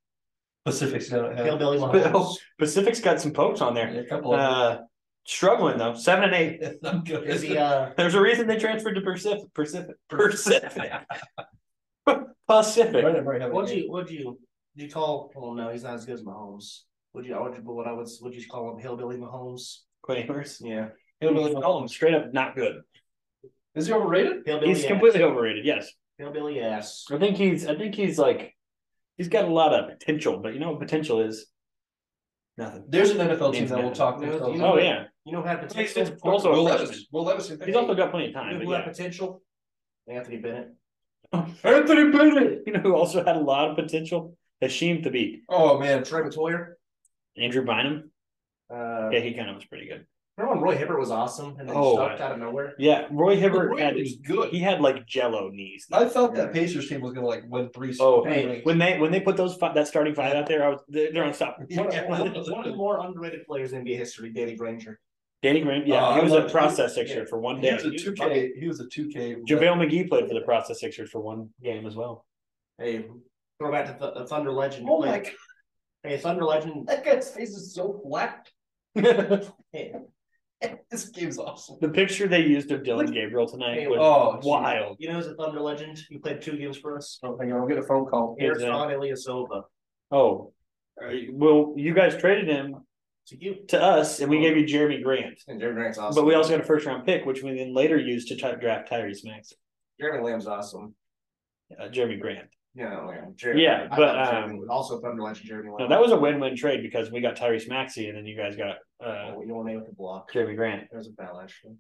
Pacific's going to have Oh,
Hillbilly Mahomes.
But- Pacific's got some pokes on there.
a couple of
Uh, struggling though, seven and eight.
them.
Is he? Uh,
There's a reason they transferred to Pacific. Pacific. Pacific. Pacific.
Brandon Murray having a
what'd
game.
you? What'd you? Do you call? Well, no, he's not as good as Mahomes. Would you? I would. But what I would? Would you call him hillbilly Mahomes?
Quinn Ewers.
Yeah,
Hillbilly Mahomes.
Oh, straight up not good.
Is he overrated?
hillbilly.
He's
ass.
completely overrated. Yes,
hillbilly ass.
I think he's. I think he's like, he's got a lot of potential, but you know what potential is? Nothing.
There's an NFL team
Name's
that will
bad.
talk
No,
themselves.
you know-
Oh yeah,
You know how to potential.
He's also a
Will
freshman.
Levis. Will Levis. is-
He's also got plenty of
You
time.
know
But
who had
yeah.
potential? Anthony Bennett.
Anthony Bennett. You know who also had a lot of potential? Hashim Thabit.
Oh man,
Trey Matoyer.
Andrew Bynum.
Uh,
Yeah, he kind of was pretty good.
remember when Roy Hibbert was awesome and then
Oh,
stopped out of nowhere?
Yeah, Roy Hibbert
Roy
had
was good.
he had like Jello knees.
I thought that Pacers team was gonna like win three.
Oh,
three
hey,
rings.
When they when they put those fi- that starting five out there, I was they're, they're unstoppable.
One of, one of-
Yeah.
one of the more underrated players in NBA history, Danny Granger.
Danny Graham, yeah,
Oh,
he
I
was a
love it.
process sixer for one
he
day.
was a two K. He was a two K.
JaVale McGee played for the process sixers for one game as well.
Hey, throw back to Th- uh, Thunder legend.
Oh my! God,
Hey, Thunder legend.
That guy's face is so black.
the
Hey,
This game's awesome.
picture they used of Dylan Gabriel tonight
Hey,
was
oh, geez.
wild.
you know who's a Thunder legend? He played two games for us.
Oh, hang on, I'll get a phone call.
Yeah.
Airson Ilyasova.
Oh, Are you- well, you guys traded him
To you.
to us, and we gave you Jeremy Grant,
And Derrick Grant's awesome.
but we also got a first round pick, which we then later used to try- draft Tyrese Maxey.
Jeremy Lamb's awesome.
Uh, Jeremy Grant.
Yeah, no, Lamb. Jeremy,
Yeah,
I
but,
love Jeremy
um,
Lamb. also if I'm watching Jeremy Lamb.
No, that was a win-win trade because we got Tyrese Maxey, and then you guys got uh,
you want to block
Jeremy Grant.
There's a foul actually.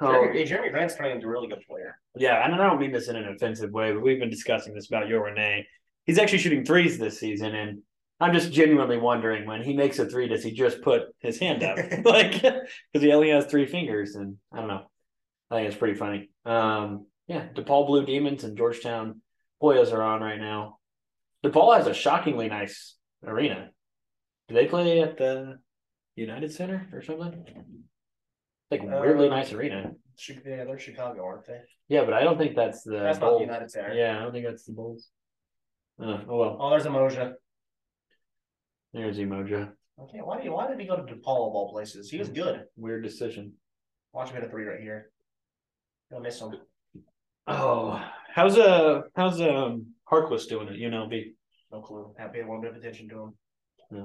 Oh,
Jeremy, Jeremy Grant's turning into a really good player.
yeah, and I don't mean this in an offensive way, but we've been discussing this about Yo Renee. He's actually shooting threes this season, and I'm just genuinely wondering when he makes a three, does he just put his hand up, like because he only has three fingers? And I don't know. I think it's pretty funny. Um, yeah, DePaul Blue Demons and Georgetown Hoyas are on right now. DePaul has a shockingly nice arena. Do they play at the United Center or something? Like weirdly
Uh,
nice arena.
Chi- Yeah, they're Chicago, aren't they?
Yeah, but I don't think that's the
That's not the
Bulls.
United Center.
Uh, Yeah, I don't think that's the Bulls. Uh, oh well,
Oh, there's Emoja.
there's Emoja.
Okay, why did why did he go to DePaul of all places? He was
Mm-hmm.
good.
Weird decision.
Watch him hit a three right here. Don't miss him.
Oh, how's uh how's um Harkless doing at UNLV?
No clue. Happy I won't pay attention to him.
No,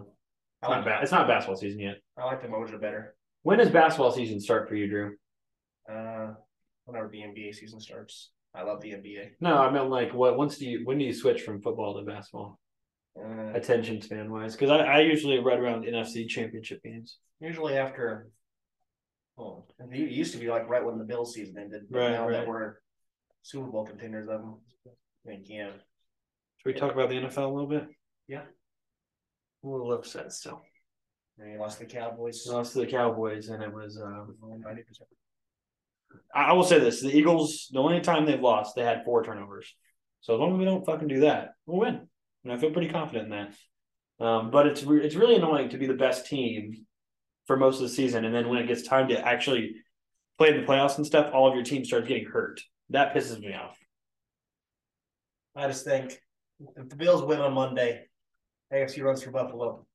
I
it's not
like
bad. It's not basketball season yet.
I like the Moja better.
When does basketball season start for you, Drew?
Uh, whenever the NBA season starts, I love the NBA.
No, I meant like what? Once do you when do you switch from football to basketball?
Uh,
Attention span wise, because I, I usually right around NFC championship games.
usually after. Well, it u- used to be like right when the Bills season ended. But
Right,
now
right.
that we're Super Bowl contenders, I'm. I think yeah.
Should we talk about the NFL a little bit?
Yeah.
I'm a little upset still.
And he lost to the Cowboys.
Lost to the Cowboys, and it was um,
90%.
I I will say this: the Eagles, the only time they've lost, they had four turnovers. So as long as we don't fucking do that, we'll win. And I feel pretty confident in that. Um, but it's re- it's really annoying to be the best team for most of the season, and then when it gets time to actually play in the playoffs and stuff, all of your team starts getting hurt. That pisses me off.
I just think if the Bills win on Monday, AFC runs through Buffalo.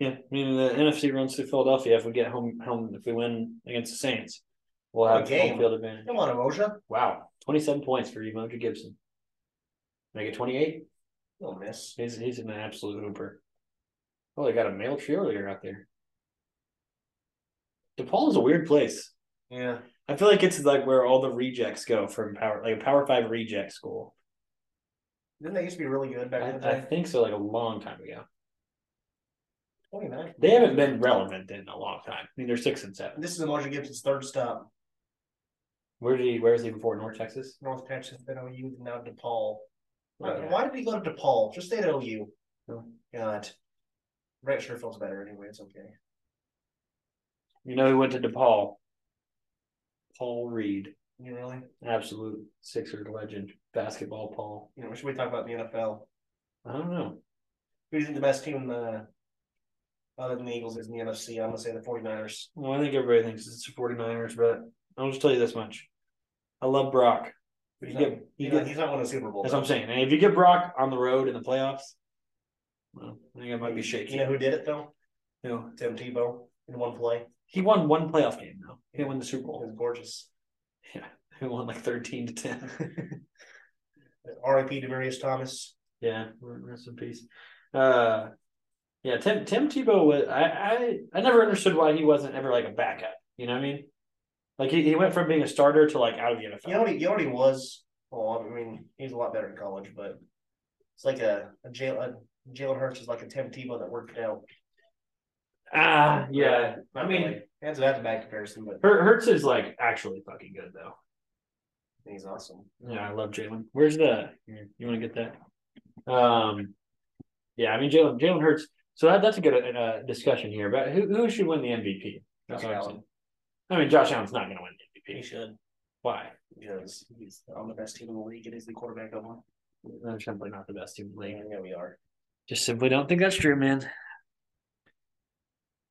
Yeah, I mean the NFC runs through Philadelphia. If we get home home, if we win against the Saints, we'll
What a
have home
game.
field advantage.
Come on, Emoja.
Wow, twenty seven points for Emoji Gibson. Make it twenty eight.
You'll miss.
He's he's an absolute hooper. Oh, they got a male cheerleader out there. DePaul is a weird place.
Yeah.
I feel like it's like where all the rejects go from power, like a Power Five reject school.
Didn't they used to be really good back
I,
in the
I
day?
think so, like a long time ago.
29.
They haven't been relevant in a long time. I mean, they're six and seven.
This is Emoja Gibson's third stop.
Where did he? Where was he before? North Texas.
North Texas, then OU, and now DePaul. Why,
Yeah.
why did he go to DePaul? Just stay at OU.
No.
God. Brett sure feels better anyway. It's okay.
You know, he went to DePaul. Paul Reed,
You really?
absolute Sixer legend, basketball Paul.
You know, should we talk about the NFL?
I don't know.
Who do you think the best team in the other than the Eagles is in the NFC? I'm going to say the 49ers.
Well, I think everybody thinks it's the 49ers, but I'll just tell you this much. I love Brock. If
He's
you
not,
get, you
he's
get-
not, he's not winning the Super Bowl.
that's what
though.
I'm saying. And if you get Brock on the road in the playoffs, well, I think it might be shaky.
You know who did it, though?
You know,
Tim Tebow in one play.
he won one playoff game, though. He didn't win the Super
It was
Bowl.
gorgeous.
Yeah. He won like 13 to 10.
R.I.P. Demarius Thomas.
yeah. Rest in peace. Uh, yeah. Tim, Tim Tebow was, I, I, I never understood why he wasn't ever like a backup. You know what I mean? Like he, he went from being a starter to like out of the NFL.
You know what he, you know what he was? Well, I mean, he was a lot better in college, but it's like a, a Jalen Jalen Hurts is like a Tim Tebow that worked it out.
Ah, yeah.
Not
I mean-
really. that's that's a bad comparison, but
Her- Hertz is like actually fucking good though.
he's awesome.
Yeah, I love Jalen. Where's the? here, You want to get that? Um, yeah, I mean Jalen Jalen Hurts. So that, that's a good uh, discussion here. But who who should win the MVP? That's
Josh
what I'm
Allen.
saying. I mean, Josh Allen's not going to win the
He
MVP.
should
Why?
because he's on the best team in the league and he's the quarterback of one.
They're simply not the best team in the league.
Yeah, we are.
Just simply don't think that's true, man.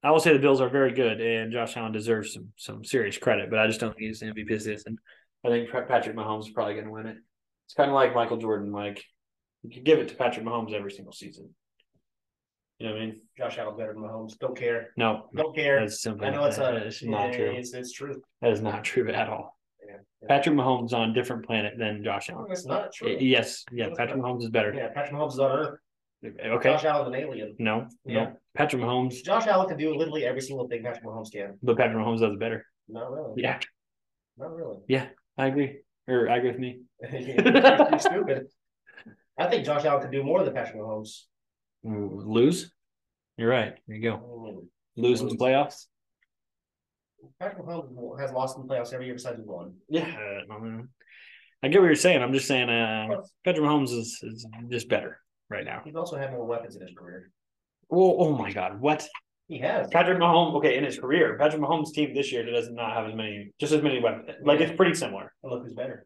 I will say the Bills are very good, and Josh Allen deserves some some serious credit, but I just don't think he's the MVP this season. I think Pat- Patrick Mahomes is probably going to win it. It's kind of like Michael Jordan. Like you could give it to Patrick Mahomes every single season. You know what I mean?
Josh Allen better than Mahomes. Don't care.
No,
Don't care.
that's simply
I know it's
that
a
is not true.
It's, it's true.
That is not true at all.
Yeah.
Patrick Mahomes is on a different planet than Josh Allen.
It's not true.
Yes, yeah, Patrick Mahomes is better.
Yeah, Patrick Mahomes is on Earth.
Okay,
Josh Allen's an alien.
no, no,
Yeah.
Patrick Mahomes,
Josh Allen can do literally every single thing Patrick Mahomes can.
but Patrick Mahomes does it better.
Not really.
Yeah.
Not really.
I agree. Or agree with me.
You're stupid. I think Josh Allen could do more than Patrick Mahomes.
Ooh, Lose? You're right. There you go. Lose in the playoffs?
Patrick Mahomes has lost in the playoffs every year besides one.
Yeah. Uh, I get what you're saying. I'm just saying uh Patrick Mahomes is, is just better right now.
He's also had more weapons in his career.
Well, oh my god, what?
He has.
Patrick Mahomes, okay, in his career, Patrick Mahomes' team this year does not have as many, just as many weapons. Like it's pretty similar.
And look who's better.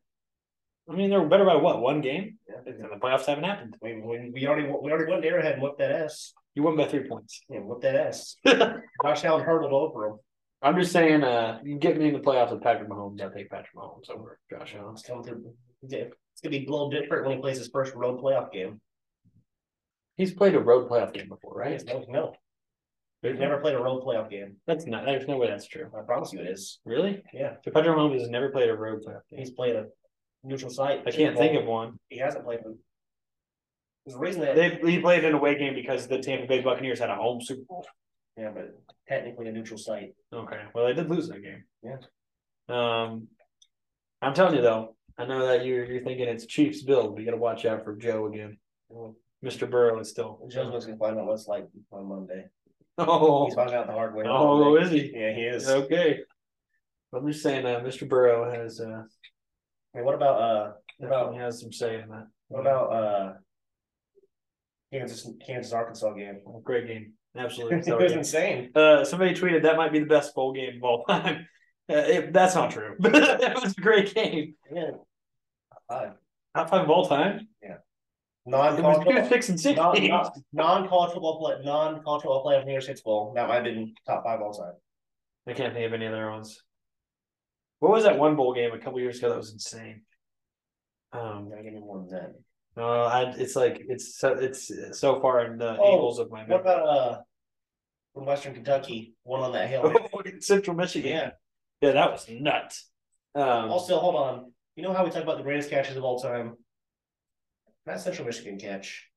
I mean, they're better by what? One game, and the playoffs haven't happened.
We, we, we already we already went to Arrowhead and whooped that ass.
You won by three points.
Yeah, whooped that ass. Josh Allen hurdled over him.
I'm just saying, uh, you get me in the playoffs with Patrick Mahomes. I take Patrick Mahomes over Josh Allen.
It's coming through. It's gonna be a little different when he plays his first road playoff game.
He's played a road playoff game before, right?
No, no. They've never played a road playoff game.
That's not. There's no way that's true.
I promise you, it is.
Really?
Yeah,
So Patrick Mahomes has never played a road playoff game.
he's played a neutral site.
I can't think of one.
He hasn't played them. There's a reason that
They he played an away game because the Tampa Bay Buccaneers had a home Super Bowl.
yeah, but technically a neutral site.
Okay. Well, they did lose that game.
Yeah.
Um, I'm telling you though, I know that you're you're thinking it's Chiefs Bill, but you got to watch out for Joe again. Oh.
Well,
Mr. Burrow is still.
Joe's gonna find out what it's like on Monday.
Oh,
He's finding out the hard way. on
oh,
Monday.
is he?
Yeah, he is.
Okay. I'm just saying, uh, Mr. Burrow has uh,
Hey, what about uh? What about
definitely has some say in that.
what about uh? Kansas Kansas Arkansas game.
Great game, absolutely.
it was insane.
Uh, somebody tweeted that might be the best bowl game of all time. Uh, it, that's not true. that was a great game.
Yeah. Uh,
Top five of all time.
non
It was good six and six. games.
non college football play non college football playoff New Year's Six Bowl. That might have been top five all time.
I can't think of any other ones. What was that one bowl game a couple years ago that was insane?
I'm
Um,
gonna give you more than that.
no, I, it's like it's so it's so far in the
Oh,
angles of my memory.
What about uh from Western Kentucky? One on that
Oh,
hill.
Central Michigan?
yeah.
Yeah, that was nuts. Um,
Also, hold on. You know how we talk about the greatest catches of all time? That Central Michigan catch.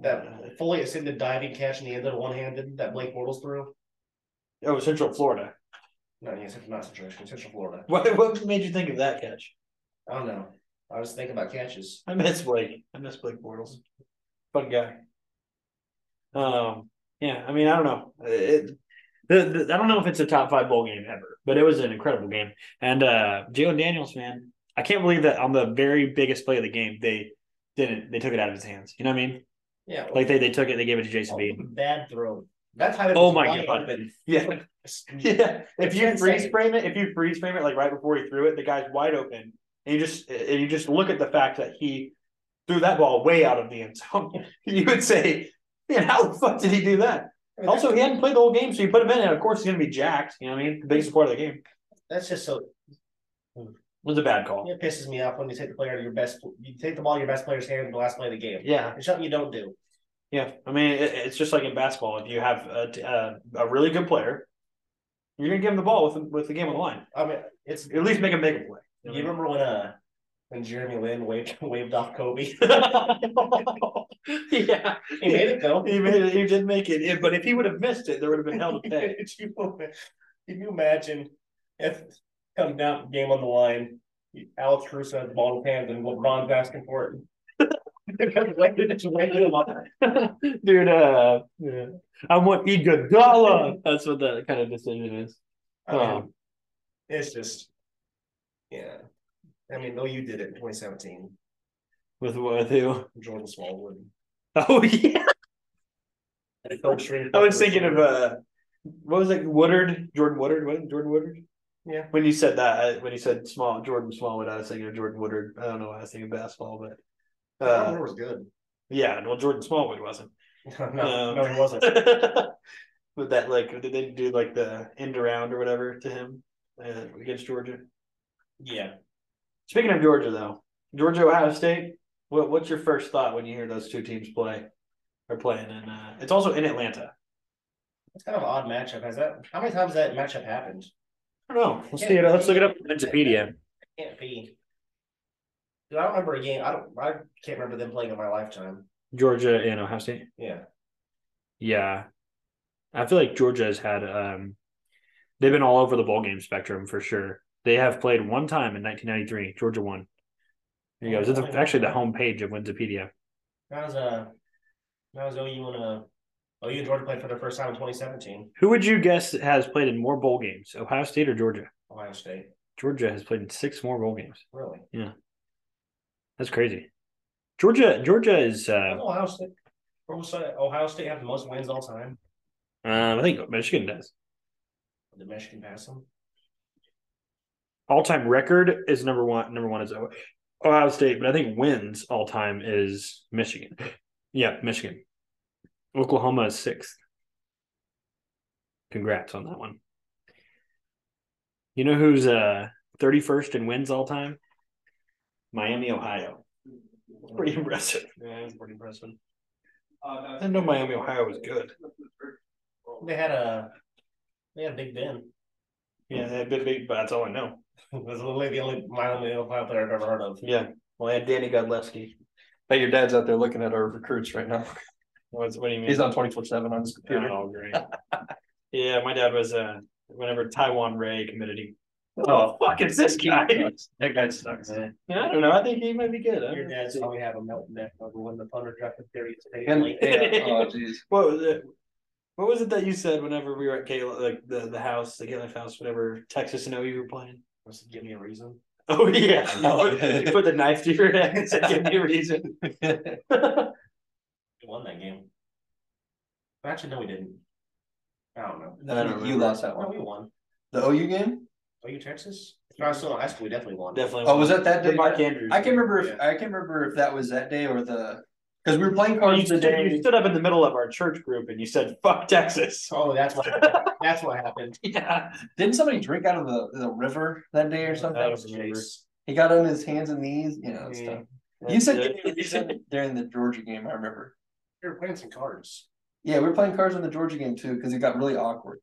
That fully ascended diving catch in the end of one handed that Blake Bortles threw.
oh, Central Florida.
No, yes, it's not Central Michigan, Central Florida.
What what made you think of that catch?
I don't know. I was thinking about catches.
I miss Blake. I miss Blake Bortles. Fun guy. Um. Yeah. I mean, I don't know. It, the, the- I don't know if it's a top five bowl game ever, but it was an incredible game. And uh Jalen Daniels, man, I can't believe that on the very biggest play of the game, they didn't. They took it out of his hands. You know what I mean?
Yeah.
Like they they took it. They gave it to Jason Bean.
Bad throw. That time.
Oh my God. Yeah. Yeah. If you
Ten
freeze
seconds.
frame it, if you freeze frame it like right before he threw it, the guy's wide open. And you just and you just look at the fact that he threw that ball way out of the end zone. you would say, Man, how the fuck did he do that? Also, he hadn't played the whole game, so you put him in, and of course he's gonna be jacked. You know what I mean? The biggest part of the game.
that's just so
It was a bad call.
it pisses me off when you take the player out of your best you take the ball out of your best player's hand in the last play of the game.
Yeah.
It's something you don't do.
Yeah, I mean, it, it's just like in basketball. If you have a, t- a, a really good player, you're gonna give him the ball with with the game on the line.
I mean it's
At least make him make a play.
you
You know what I mean?
remember when uh when Jeremy Lin waved waved off Kobe?
yeah,
he made it though.
He made it. He did make it. If- But if he would have missed it, there would have been hell to pay.
Could you, can you imagine if come down game on the line, Alex Caruso has the ball in his hands and LeBron's asking for it?
Dude, uh, yeah. I want Iguodala. That's what that kind of decision is.
I mean,
Um,
it's just, yeah. I mean, though you did it in 2017,
with with who?
Jordan Smallwood.
Oh yeah, I was thinking of uh, what was it? Woodard, Jordan Woodard, wasn't it? Jordan Woodard?
Yeah.
When you said that, I, when you said small Jordan Smallwood, I was thinking of Jordan Woodard. I don't know. why I was thinking basketball, but
Jordan
uh,
was good.
yeah. Well, Jordan Smallwood wasn't.
no, no,
Um,
he wasn't.
With that, like, did they do like the end around or whatever to him uh, against Georgia?
Yeah.
Speaking of Georgia, though, Georgia Ohio State. What, what's your first thought when you hear those two teams play? Are playing, and uh, it's also in Atlanta.
It's kind of an odd matchup. Has that? How many times has that matchup happened?
I don't know. Let's see it. Let's look it up on Wikipedia.
Can't be. Dude, I don't remember a game. I don't. I can't remember them playing in my lifetime.
Georgia and Ohio State.
Yeah.
Yeah, I feel like Georgia has had. Um, they've been all over the bowl game spectrum for sure. They have played one time in 1993. Georgia won. There you go. It's the- actually the homepage of Winsipedia.
That was uh, that was OU and uh, OU and Georgia played for the first time in 2017.
Who would you guess has played in more bowl games, Ohio State or Georgia?
Ohio State,
Georgia has played in six more bowl games.
really?
Yeah, that's crazy. Georgia, Georgia is. Uh,
Ohio State. Ohio State- Ohio State have the most wins all time.
um, I think Michigan does.
Did Michigan pass them?
All time record is number one. Number one is O- Ohio State, but I think wins all time is Michigan. Yeah, Michigan. Oklahoma is sixth. Congrats on that one. You know who's uh thirty first in wins all time? Miami, Ohio. Pretty impressive.
Yeah, it's pretty impressive.
I didn't know Miami, Ohio was good.
They had a they had a Big Ben.
Yeah, they had Big Ben, but that's all I know.
That's literally the only Miami Ohio player I've ever heard of.
Yeah. Well, I had Danny Godlewski.
Hey, your dad's out there looking at our recruits right now.
What's, what do you mean?
He's on twenty four seven on his computer.
Oh, great. yeah, my dad was uh whenever Taiwan Ray committed, he
Oh,
oh fuck, it's this guy.
That guy sucks.
Yeah, I don't know. I think he might be good. I
Your
don't
dad's probably have a meltdown over when the Thunder drafted Darius Day.
And-
Like,
yeah, oh, jeez.
what was it? What was it that you said whenever we were at Caleb, like the, the house, the Caleb house, whatever Texas and OU were playing?
just give me a reason.
Oh yeah,
Oh.
you put the knife to your head and said, "Give me a reason."
We won that game. Actually, no, we didn't. I don't know.
No, you- you lost that
No,
one.
we won.
The OU game?
Are you Texas? When I was still in high school, we definitely won.
Definitely.
Oh, was that that
The
day?
Mark Andrews.
I can remember if I can remember if that was that day or the because we were playing
you,
cards the
stood, you
day.
stood up in the middle of our church group and you said, "Fuck Texas."
Oh, that's what that's what happened.
Yeah,
Didn't somebody drink out of the, the river that day or
I
something?
don't remember.
He got on his hands and knees, you know,
Mm.
stuff. You said
Yeah.
give me a reason during the Georgia game, I remember.
We were playing some cards.
Yeah, we were playing cards in the Georgia game too, because it got really awkward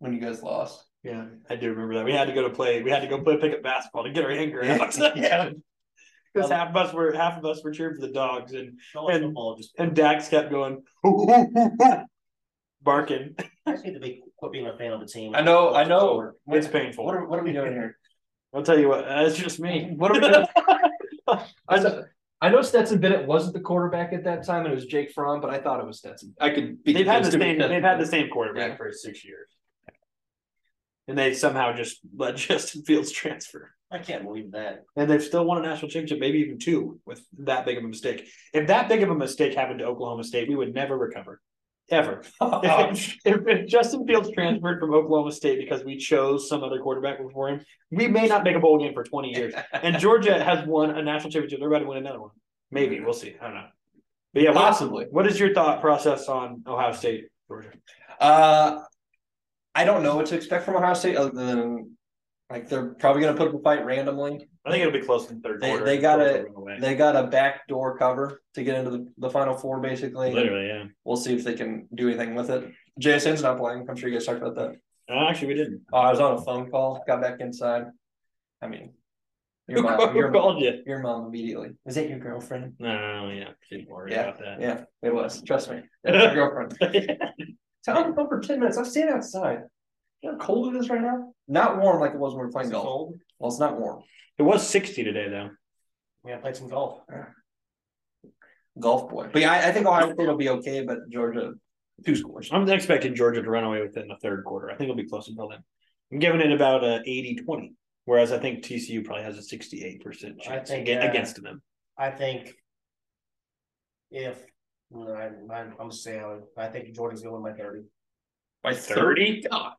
when you guys lost.
Yeah, I do remember that. We had to go to play. We had to go play pickup basketball to get our anger out.
Yeah.
Because half of us were half of us were cheering for the dogs, and
College
And-
football just
and Dax kept going barking.
I just need to be quit being a fan of the team.
I know, I know.
Over.
It's painful.
What are, what are we doing here?
I'll tell you what, that's just me.
What are we doing? I know, I know Stetson Bennett wasn't the quarterback at that time, and it was Jake Fromm, but I thought it was Stetson. I could be.
They've had the
convinced
same.
it was
They've had the same quarterback
Yeah.
for six years, and they somehow just let Justin Fields transfer,
I can't believe that.
and they've still won a national championship, maybe even two, with that big of a mistake. If that big of a mistake happened to Oklahoma State, we would never recover, ever.
Stetson.
if, if, if Justin Fields transferred from Oklahoma State because we chose some other quarterback before him, we may not make a bowl game for 20 years. And Georgia has won a national championship. They're about to win another one. Maybe. We'll see. I don't know. But yeah, what,
Possibly.
what is your thought process on Ohio State, Georgia?
Uh, I don't know what to expect from Ohio State other than like they're probably going to put up a fight randomly.
I think it'll be close in the third
They-
quarter.
they gotta-
Georgia will run away.
They got a backdoor cover to get into the, the final four, basically.
Literally, yeah.
We'll see if they can do anything with it. JSN's not playing. I'm sure you guys talked about that.
Uh, Actually, we didn't.
Oh, I was on a phone call, got back inside. I mean, your
Who,
mom, your,
called you?
your mom immediately. Is that your girlfriend?
No, no, no, yeah. Didn't worry about that.
Yeah, it was. Trust me. That's your girlfriend. Tell him to come for 10 minutes. I'm standing outside. You know how cold it is right now? Not warm like it was when we were playing
It's
golf.
cold.
Well, it's not warm.
It was 60 today, though.
We had played some golf.
Golf boy. But yeah, I, I think Ohio State will be okay, but Georgia, two scores.
I'm expecting Georgia to run away with it in the third quarter. I think it'll be close until then. I'm giving it about a 80 20, whereas I think TCU probably has a 68%
I
chance
think, uh,
aga-
yeah.
against them.
I think if no, I, I, I'm gonna say I, would- I think Jordan's gonna win by 30.
By
God.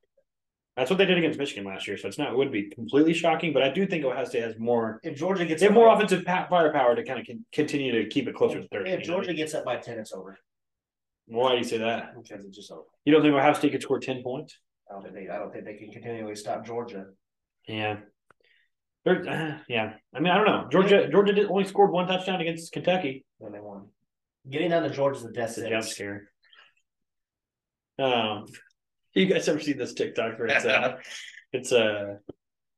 That's what they did against Michigan last year. So it's not, it would be completely shocking, but I do think Ohio State has more.
If Georgia gets
They have
up
more
by-
offensive pa- firepower to kind of con- continue to keep it closer to
If
30. you know?
Georgia gets up by 10, it's over
Why do you say that?
because it's just over.
You don't think Ohio State could score 10 points?
I don't think they, I don't think they can continually stop Georgia.
Yeah. They're- uh, yeah. I mean, I don't know. Georgia Georgia did, only scored one touchdown against Kentucky.
when they won. Getting down to Georgia's a death
It's a jump
sentence.
scare. Um, you guys ever seen this TikTok where it's uh, it's uh,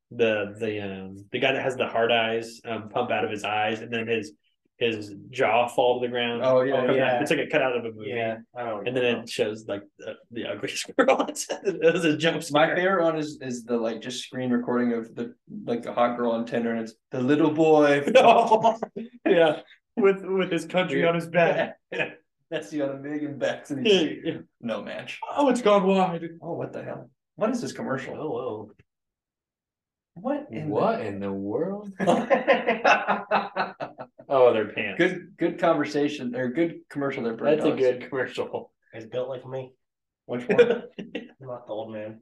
the the um the guy that has the hard eyes um, pump out of his eyes and then his his jaw fall to the ground.
Oh, yeah,
come
yeah.
out. it's like a cutout of a movie.
Yeah,
I don't
and then it shows like the, the ugly squirrel. that was a jump
My favorite one is is the like just screen recording of the like the hot girl on Tinder, and it's the little boy.
yeah, with with his country on his back.
That's the other big and backs, and he's no match.
Oh, it's gone wide.
Oh, what the hell? What is this commercial?
Oh, whoa.
What in
What in the world?
oh, their pants.
Good, good conversation or good commercial there. Brad
That's a
Dawes.
good commercial. Oh,
It's built like me.
Which one?
I'm not the old man.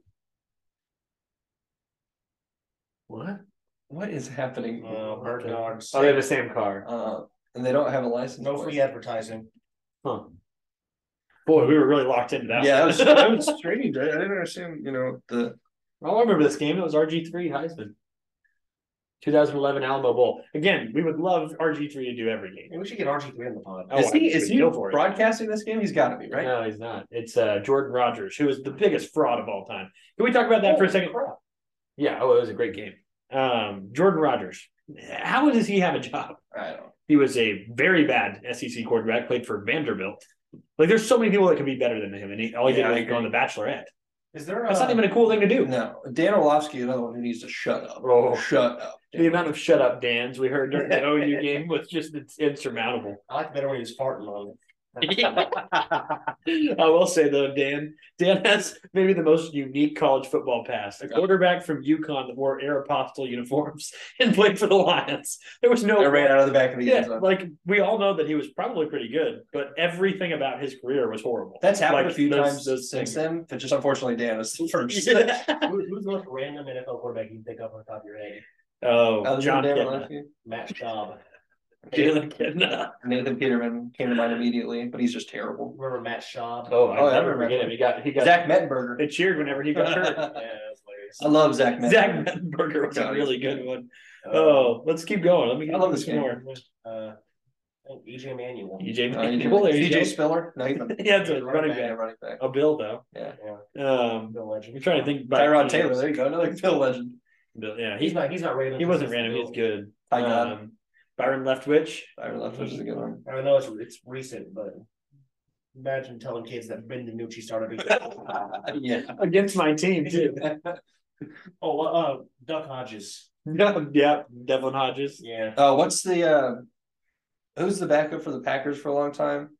What? What is happening?
Oh, bird dogs.
Oh, they have the same car.
Uh, and they don't have a license.
No free advertising.
Huh. Boy, we were really locked into that.
Yeah,
one.
that was, that was strange. I, I didn't understand. You know the
Well, I remember this game. It was RG3 Heisman. 2011 Alamo Bowl. Again, we would love RG3 to do every game.
we should get RG3 on the pod.
Oh,
is he is he
go for it.
broadcasting this game? He's got to be right.
No, he's not. It's uh, Jordan Rogers, who is the biggest fraud of all time. Can we talk about that for a second? Yeah. Oh, it was a great game. Um, Jordan Rogers. How does he have a job?
I don't.
He was a very bad SEC quarterback. Played for Vanderbilt. Like, there's so many people that could be better than him, and he, all he
Yeah,
did
I
was go on The Bachelorette.
Is there? uh,
That's not even a cool thing to do.
No, Dan Orlovsky, another one who needs to shut up.
Oh,
shut up!
The amount of shut up Dan's we heard during the OU game was just it's insurmountable.
I like better when he was farting on it.
I will say though, Dan, Dan has maybe the most unique college football past. A quarterback from UConn that wore Aeropostale uniforms and played for the Lions. There was no
I ran out of the back of the
yeah,
end zone.
like we all know that he was probably pretty good, but everything about his career was horrible.
That's happened
Like,
a few
those-
times
those
since
things.
then, but just unfortunately, Dan is the first.
Yeah.
Who, who's the most random NFL quarterback you can think of on top of your head?
Oh,
Other than
John
Dan
Kitna.
Orlovsky,
Matt Schaub.
Jalen Kitna.
Nathan Peterman came to mind immediately, but he's just terrible.
Remember Matt Schaub?
Oh, I
Oh, yeah, I
never
remember
forget
that.
him. He got he got
Zach Mettenberger.
They cheered whenever he got hurt.
Yeah, that's hilarious.
I love Zach Mettenberger.
Zach Mettenberger
Uh,
was a
God,
really good one. Oh, let's keep going. Let me get
Uh, I love this
some
game.
more.
Uh, I think EJ Manuel.
EJ
Uh, you
Manuel, there you go.
CJ Spiller. No, he's
yeah, it's a running
yeah,
back.
running back.
A Bill though.
Yeah.
Um,
The
I'm
legend.
trying to think. about
Tyrod
teams.
Taylor. There you go. Another Phil legend.
Bill- yeah,
He's
he
not. He's not random.
he wasn't random. He was good.
I got
Um, Byron Leftwich.
Byron Leftwich is a good one.
I know it's it's recent, but imagine telling kids that Ben DiNucci started. a-
yeah.
against my team too.
oh, well, uh, Duck Hodges.
No, yeah, Devlin Hodges.
Yeah.
Uh, what's the uh, who's the backup for the Packers for a long time?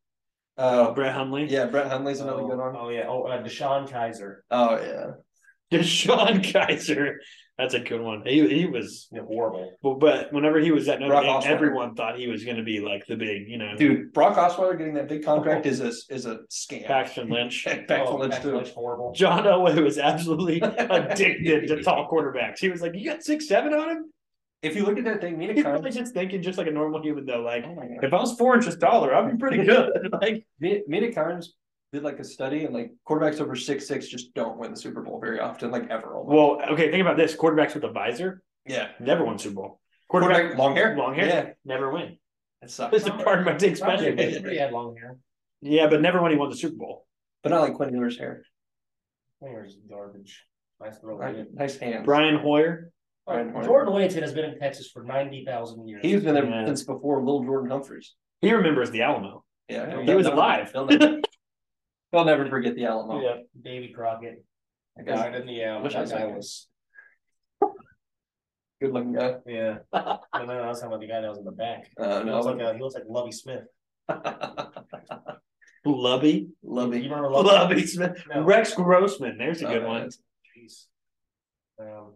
Uh,
Brett Hundley.
yeah, Brett Hundley's another
oh,
good one.
oh, yeah. Oh, uh, Deshaun Kaiser.
Oh yeah,
Deshaun Kaiser. That's a good one. He he was.
Yeah, horrible.
Well, but whenever he was at Notre
Brock
Dame,
Osweiler.
everyone thought he was going to be like the big, you know,
dude, Brock Osweiler getting that big contract is a is a scam.
Paxton Lynch.
Back
oh,
to Lynch
Paxton
too.
Lynch, horrible.
John Elway was absolutely addicted to tall quarterbacks. He was like, "You got six seven on him."
If you look at that thing, Mina
He's probably
Kimes,
just thinking, just like a normal human, though. Like,
oh my God.
if I was four inches taller, I'd be pretty good. like,
Mi- Mina Kimes did like a study and like quarterbacks over six six just don't win the Super Bowl very often, like ever. almost.
well, okay, think about this: quarterbacks with a visor
yeah,
never won Super Bowl.
quarterback long hair,
long hair,
yeah,
never win.
that sucks.
That's the part of my dick special.
He already had long hair.
yeah, but never when he won the Super Bowl.
But not like Quinn Miller's hair.
Long hair is garbage. Nice throw.
Right,
dude.
Nice hands.
Brian Hoyer,
Brian Hoyer.
Jordan Williamson has been in Texas for ninety thousand years.
He's been there
Yeah.
since before little Jordan Humphreys.
he remembers the Alamo.
Yeah,
He was
they'll-
alive.
They'll never, they'll never forget the Alamo.
Yeah.
Davy Crockett.
That guy's
Died in the
I
Alamo.
wish I
That
was
guy
that guy.
was.
a good looking guy.
Yeah. no, no, I was talking about the guy that was in the back.
Uh,
He
no,
looks like uh, he looks like Lovey Smith.
Lubby,
love
You
it.
remember Lovey?
Lubby Smith,
No.
Rex Grossman. There's a good
Oh,
one.
that's-
Jeez. Um,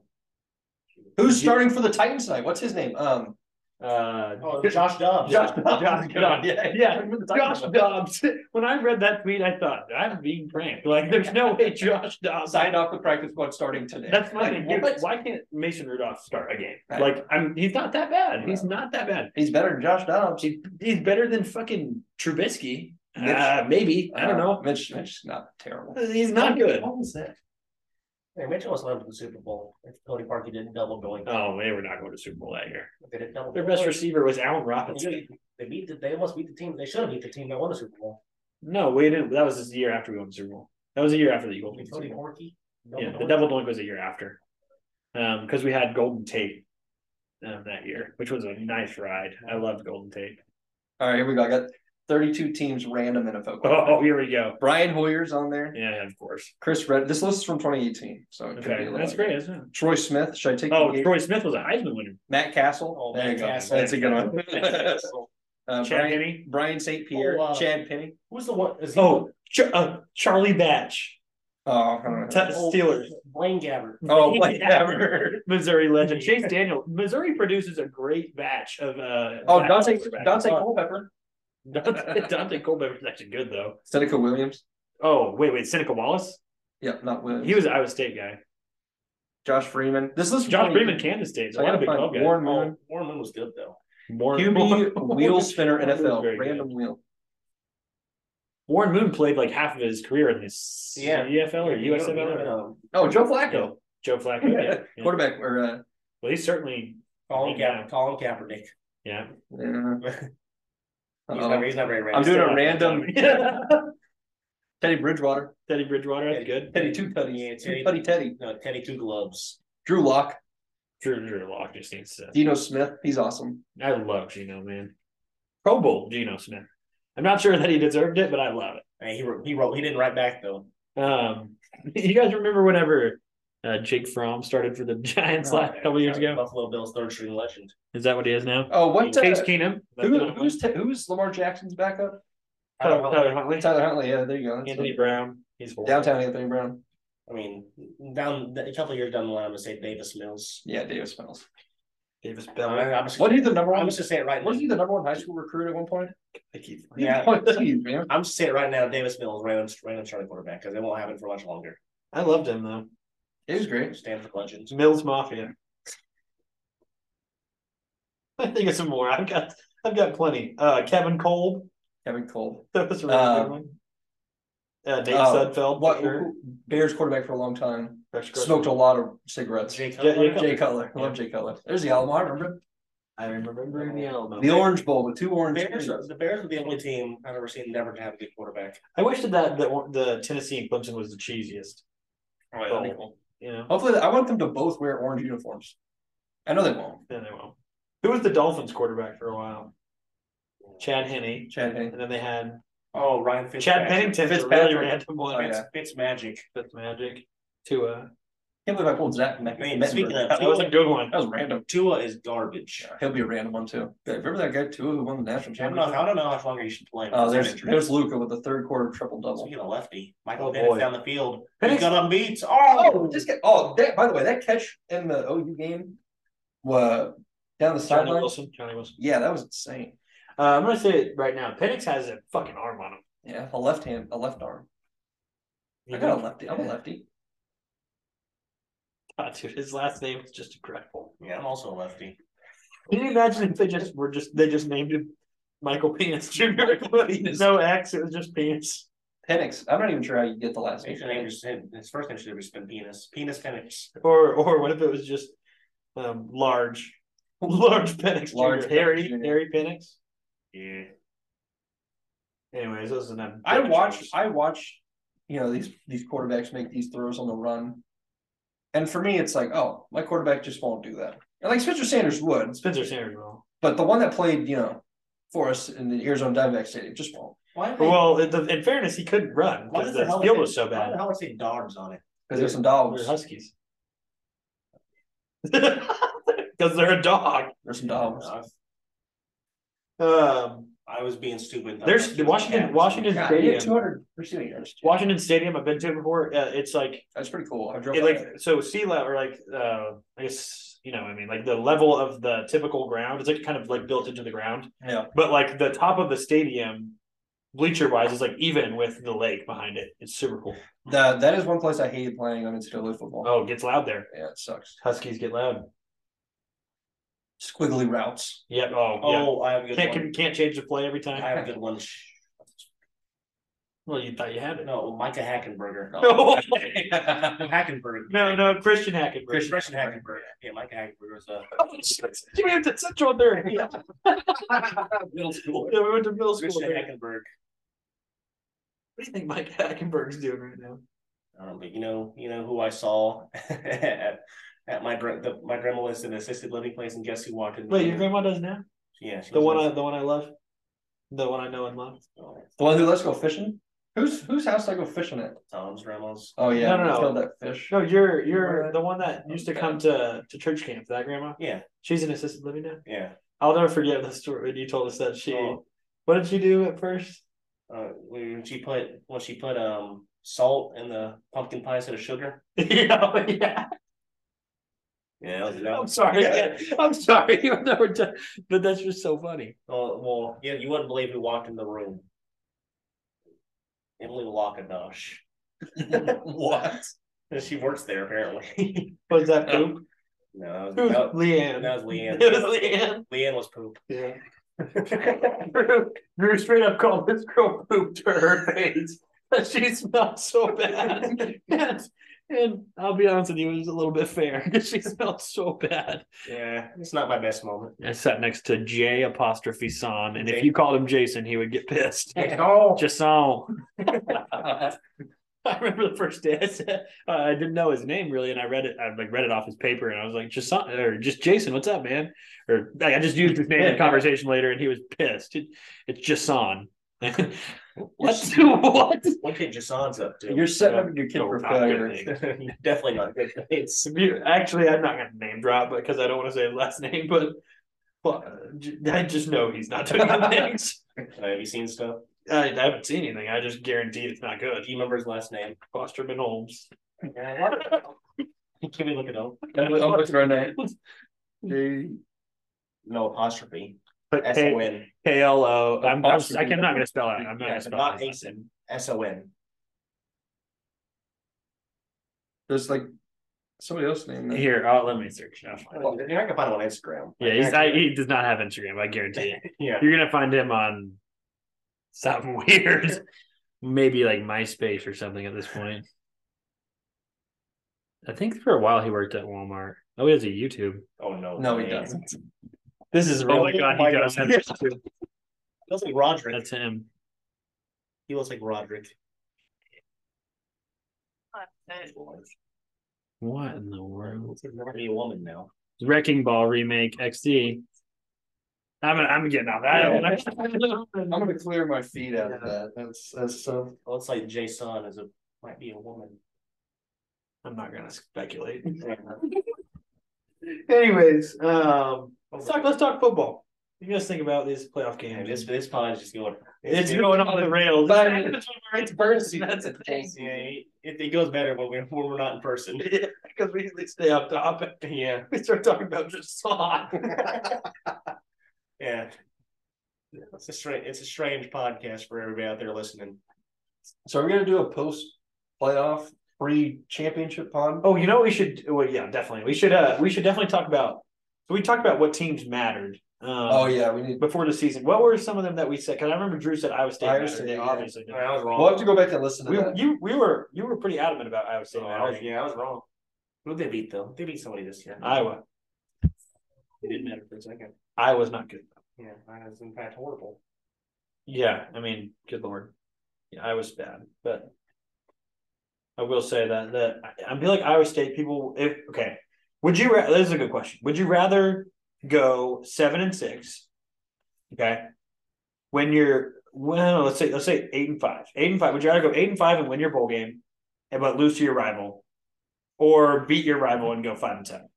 Who's starting for the Titans tonight? What's his name? Um,
Uh,
oh, Josh Dobbs.
Josh.
Josh Dobbs.
Yeah,
Yeah.
I remember the
Josh
Titans.
Dobbs. When I read that tweet, I thought I'm being pranked. Like, there's no way Josh Dobbs.
Signed off the practice squad starting today.
That's my thing.
Like,
Dude,
what?
why can't Mason Rudolph start a game?
Right.
Like, I'm. He's not that bad. He's not that bad.
He's better than Josh Dobbs.
He's, he's better than fucking Trubisky.
Mitch.
Uh, maybe I don't
Uh,
know.
Mitch, Mitch's not terrible.
He's not good.
What was that? Hey, Mitchell was led to the Super Bowl. If Cody Parkey didn't double going,
Oh, they were not going to Super Bowl that year.
they didn't double.
Their
Oh,
going.
best receiver was Allen Robinson.
They beat. The, they almost beat the team. They should have beat the team that won the Super Bowl.
No, we didn't. That was the year after we won the Super Bowl. That was the year after the Eagles. won the Super
Cody
Bowl.
Parkey.
yeah, the double doink was a year after, um, because we had Golden Tate um, that year, which was a nice ride. I loved Golden Tate.
All right, here we go. I got 32 teams random NFL.
Oh, here we go.
Brian Hoyer's on there.
Yeah, of course.
Chris Red. This list is from 2018, so it could
Okay,
be a little
that's
bit.
great, isn't it?
Troy Smith. Should I take?
Oh,
the-
Troy Smith was a Heisman winner.
Matt Castle. Oh, there
Matt
you go.
Castle.
That's a good one. Uh,
Chad
Brian,
Henne?
Brian St. Pierre.
Oh, uh,
Chad Penny.
Who's the one? Is
Oh, Ch- uh, Charlie Batch.
Oh, I don't know.
T- Steelers.
Blaine Gabbert.
Oh, Blaine Gabbert.
Missouri legend. Chase Daniel. Missouri produces a great batch of. Uh,
Oh, Dante
quarterbacks.
Dante Culpepper.
Dante, Dante Culpepper is actually good, though.
Seneca Williams.
Oh, wait, wait. Seneca Wallace?
Yeah, not Williams.
He was an Iowa State guy.
Josh Freeman. This list.
Josh Freeman, Kansas State. So
I
I got
gotta
a big
find
12 guy.
Warren
Oh,
Moon.
Warren Moon was good though.
Warren
QB
Moon.
wheel spinner
Warren Moon's very
NFL
good.
random wheel.
Warren Moon played like half of his career in the
Yeah.
CFL or
You don't-
USFL.
you
Or,
don't
Oh, Joe
Yeah,
Flacco,
Joe Flacco. Yeah. yeah.
quarterback or uh,
Well, he's certainly.
Colin
Yeah.
Ka- Colin Kaepernick.
Yeah.
yeah.
He's
Uh-oh.
not, he's not very random.
I'm doing
still
a
not
random Teddy Bridgewater,
Teddy Bridgewater. That's good.
Teddy two tutties,
Yeah, Teddy-
two tutty Teddy,
No, Teddy Two Gloves.
Drew Lock,
Drew, Drew Lock just needs to.
Dino Smith. He's awesome.
I love Geno, man. Pro Bowl Geno Smith. I'm not sure that he deserved it, but I love it.
I mean, he wrote, he wrote. He didn't write back though.
Um, you guys remember whenever uh, Jake Fromm started for the Giants
Oh,
last couple years ago?
Uh, Buffalo Bills third string legend.
Is that what he is now?
Oh, what? Uh,
Case Keenum.
who, who's Ta- who's Lamar Jackson's backup?
Tyler, Tyler Huntley.
Tyler Huntley. Yeah, there you go. That's
Anthony
it.
Brown. He's horrible.
Downtown Anthony Brown.
I mean, down a couple years down the line, I'm gonna say Davis Mills.
Yeah, Davis Mills.
Davis
I,
Bell.
am just,
Wasn't he the number
I'm
one?
just gonna say it right now.
Wasn't he the number one high school recruit at one point?
Yeah.
Oh, geez, man.
I'm just saying it right now. Davis Mills, random, random starting quarterback, because it won't happen for much longer.
I loved him though.
It was great.
Stanford legend.
Mills Mafia. I think of some more. I've got I've got plenty. Uh, Kevin Cole.
Kevin Cole.
That was a really
Um,
good one. Uh, Dave
uh,
Sudfeld.
What
for sure.
Bears quarterback for a long time.
Rex Grossman.
Smoked a lot of cigarettes.
Jay
Yeah,
Cutler.
yeah.
Jay Cutler. I love Jay Cutler. There's the Alamo. I remember
I remember in the Alamo.
the Orange Bowl with two
The
orange.
Bears,
teams.
the Bears were the only team I've ever seen never to have a good quarterback.
I wish that, that that one- the Tennessee and Clemson was the cheesiest.
Oh,
that'd be You know,
Hopefully, I want them to both wear orange uniforms. I know they won't.
then they won't. Who was the Dolphins quarterback for a while? Chad Henne,
Chad Hay.
and then they had
Oh, Ryan Fitz.
Chad Pennington. It's really
Fitzpatrick.
random
Oh,
one.
yeah.
Fitz, Fitz Magic.
That's magic. Tua.
Can't believe I pulled Zach Mc-
Man,
Mettenberg.
speaking of
that,
That was
was,
a good one.
that was random.
Tua is garbage.
He'll be a random one too. Yeah, remember that guy Tua who won the national
I don't know.
championship?
I don't know how long you should play. him.
Oh, there's
Speaking
there's Luca with the third quarter triple double.
of lefty, Michael
Oh,
Penix
boy.
down the field.
Penix-
He's got on beats. Oh,
Oh, just get oh that by the way, that catch in the OU game was down
Johnny
the sideline.
Wilson. Johnny Wilson.
Yeah, that was insane.
Uh, I'm gonna say it right now. Penix has a fucking arm on him.
Yeah, a left hand, a left arm. I got
Mm-hmm.
a lefty. I'm a lefty.
God, dude, his last name is just incredible.
yeah, I'm also a lefty.
Can you imagine if they just were just they just named him Michael Penis Jr. no X, it was just Penis.
Penix. I'm not even sure how you get the last
His,
name.
name is, his first name should have just been Penis. Penis Penix.
Or or what if it was just um, large, large Penix
Large
Jr. Harry
Penix Jr..
Harry Penix.
Yeah.
Anyways, those are them.
I watch I watch you know these these quarterbacks make these throws on the run. And for me it's like, oh, my quarterback just won't do that. And like Spencer Sanders would,
Spencer Sanders. Well,
but the one that played, you know, for us in the Arizona Diamondback Stadium just won't.
Why? do they-
well, in, the, in fairness, he couldn't run
why
because
does
the
the hell
field
say-
was so
Why the
bad.
hell would it say dogs on it?
Because there's some
They're
dogs.
Huskies. Because they're a dog.
There's some dogs.
Uh,
Um,
I was being stupid.
there's
That's-
Washington. Washington
God, he had
Stadium.
200 receiving yards. too.
Washington Stadium. I've been to before. Uh, it's like
That's pretty cool. I drove
it
by
like so sea level or like uh I guess you know what I mean like the level of the typical ground it's like kind of like built into the ground
that. yeah.
but like the top of the stadium bleacher wise is like even with the lake behind it it's super cool
The, that is one place I hated playing on NCAA football.
oh it gets loud there
Yeah, it sucks.
Huskies get loud
Squiggly routes.
yep oh,
Oh, I have a
yeah
good
can't
one.
can, can't change the play every
I
time
have a good one. Shh.
well you thought you had it
No, Micah Hackenberger.
no
Hackenberg.
no, no Christian Hackenberg
Christian, Christian Hackenberg. Yeah, Micah Hackenberg was a.
Oh, shit. we went to Central there. Yeah,
Middle school.
we went to middle school.
Christian
There.
Hackenberg.
What do you think Mike Hackenberg's doing right now?
Um, but you know, you know who I saw at, at my gra- the, my grandma lives in an assisted living place, and guess who walked in?
Wait, your grandma does now?
Yeah, she
The
was
one
in-
I the one I love. The one I know and love.
The one who lets go fishing? Whose whose house do I go fishing at?
Tom's grandma's.
Oh yeah,
no, no, no.
killed that fish.
No, you're you're the one that used to come to to church camp. That grandma.
Yeah.
She's in assisted living now.
Yeah.
I'll never forget the story when you told us that she. What did she do at first?
Uh, when she put well, she put um salt in the pumpkin pie instead of sugar.
yeah, oh, yeah.
Yeah, that was, that
I'm
was-
sorry.
Yeah.
I'm sorry. You never done, but that's just so funny.
Oh well, yeah, you wouldn't believe who walked in the room. Emily Lockenosh. what? She works there apparently.
Was that poop?
No, that
It was
was, that was-
Leanne.
That was Leanne.
It was Leanne.
Leanne was poop.
Yeah. Drew, Drew straight up called this girl poop to her face. She smelled so bad. and, and I'll be honest with you, it was a little bit fair because she smelled so bad.
Yeah, it's not my best moment.
I sat next to J apostrophe son, and if you called him Jason, he would get pissed.
Jason.
Jason. I remember the first day I said uh, I didn't know his name really, and I read it. I like read it off his paper, and I was like, "Just or just Jason, what's up, man?" Or like, I just used his name in the conversation later, and he was pissed. It- it's Jason. what? what?
What kid Jason's up to?
You're setting up your kid
No,
for
not good
failure.
things. Definitely not good. It's
If you- actually, I'm not going to name drop because I don't want to say his last name, but well, j- I just know he's not doing good things.
Uh, Have you seen stuff?
I, I haven't seen anything. I just guaranteed it's not good.
Do you remember his last name?
Fosterman Holmes.
Can we look it up? No apostrophe.
But
S O N.
K L O. I'm, I'm I can- I'm not going to spell it. I'm not
Yeah,
going to spell
Not
it.
Asen. S O N.
There's like somebody else named that.
Here, I'll, let me search. I'll find it.
You're not gonna find him on Instagram.
Yeah, he's, I, he does not have Instagram. I guarantee you.
Yeah.
You're gonna find him on something weird, maybe like MySpace or something at this point. I think for a while he worked at Walmart. Oh, he has a YouTube.
Oh no.
No, he
way.
doesn't.
This is
Oh
oh my god,
my
he does.
God.
have a YouTube.
He looks like Roderick.
That's him.
He looks like Roderick.
What in the world?
He's gonna be a woman now.
Wrecking Ball remake XD. I'm I'm getting off that. I'm
gonna clear my feet out of that. That's that's so.
Looks like Jason is a might be a woman.
I'm not gonna speculate. Anyways, um,
Oh
let's talk. Let's talk football. You guys think about these playoff games.
This this pod is just going.
It's going on the rails.
But-
It's it's burn season. That's the thing.
Yeah, it, it goes better when we're when we're not in person.
Because we usually stay up top.
Yeah,
We start talking about just song.
yeah. It's a strange it's a strange podcast for everybody out there listening.
So are we gonna do a post playoff pre championship pod?
oh, you know what we should. Well, yeah, definitely. We should. Uh, we should definitely talk about. So we talked about what teams mattered. Um,
Oh yeah, we need.
Before the season, what were some of them that we said? Because I remember Drew said Iowa State.
Iowa
mattered.
State,
They
yeah.
obviously. didn't.
I was wrong.
We'll have to go back and listen to
We,
that.
you we were you were pretty adamant about Iowa State.
Oh, I was,
mattering.
yeah, I was wrong. Who did they beat though? They beat somebody this year.
Iowa.
It didn't matter for a second.
Iowa's not good.
Yeah, I was in fact horrible.
Yeah, I mean, good lord, yeah, I was bad, but I will say that that I I feel like Iowa State people. If okay, would you? Ra- this is a good question. Would you rather go seven and six? Okay, when you're well, let's say let's say eight and five, eight and five. Would you rather go eight and five and win your bowl game, and but lose to your rival, or beat your rival and go five and seven?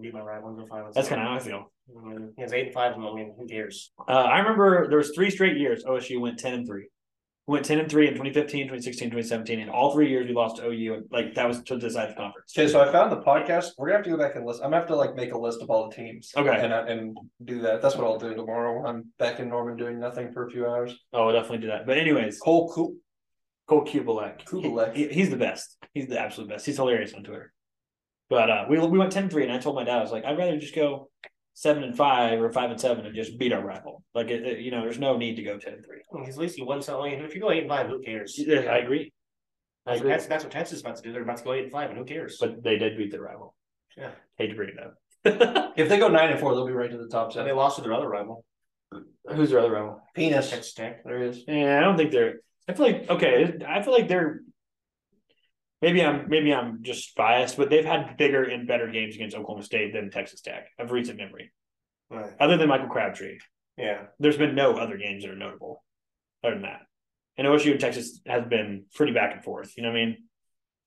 Beat my rival and go finals.
That's kind of how I feel.
of he has eight and five and I mean who cares?
Uh, I remember there was three straight years OSU went 10 and 3. Went 10 and 3 in 2015, 2016, 2017. And all three years we lost to OU. And, like that was to decide the conference.
Okay, so I found the podcast. We're gonna have to go back and listen. I'm gonna have to like make a list of all the teams.
Okay.
and I- and do that. That's what I'll do tomorrow. I'm back in Norman doing nothing for a few hours.
Oh, we'll definitely do that. But anyways,
Cole Cool
Cole Kubelek.
Kubalek.
He- he's the best. He's the absolute best. He's hilarious on Twitter. But uh, we we went 10 and 3 and I told my dad, I was like, I'd rather just go seven and five or five and seven and just beat our rival. Like it, it- you know, there's no need to go 10 and 3.
I mean, At least he won something. If you go eight and five, who cares?
I agree. I agree.
That's that's what Texas is about to do. They're about to go eight and five, and who cares?
But they did beat their rival.
yeah,
Hate to bring it up.
If they go nine and four, they'll be right to the top
so they
seven.
lost to their other rival,
Who's their other rival?
Penis.
Texas Tech.
There he is.
Yeah, I don't think they're. I feel like okay. I feel like they're. Maybe I'm maybe I'm just biased, but they've had bigger and better games against Oklahoma State than Texas Tech of recent memory.
Right.
Other than Michael Crabtree,
Yeah.
There's been no other games that are notable other than that. And OSU and Texas has been pretty back and forth. You know what I mean?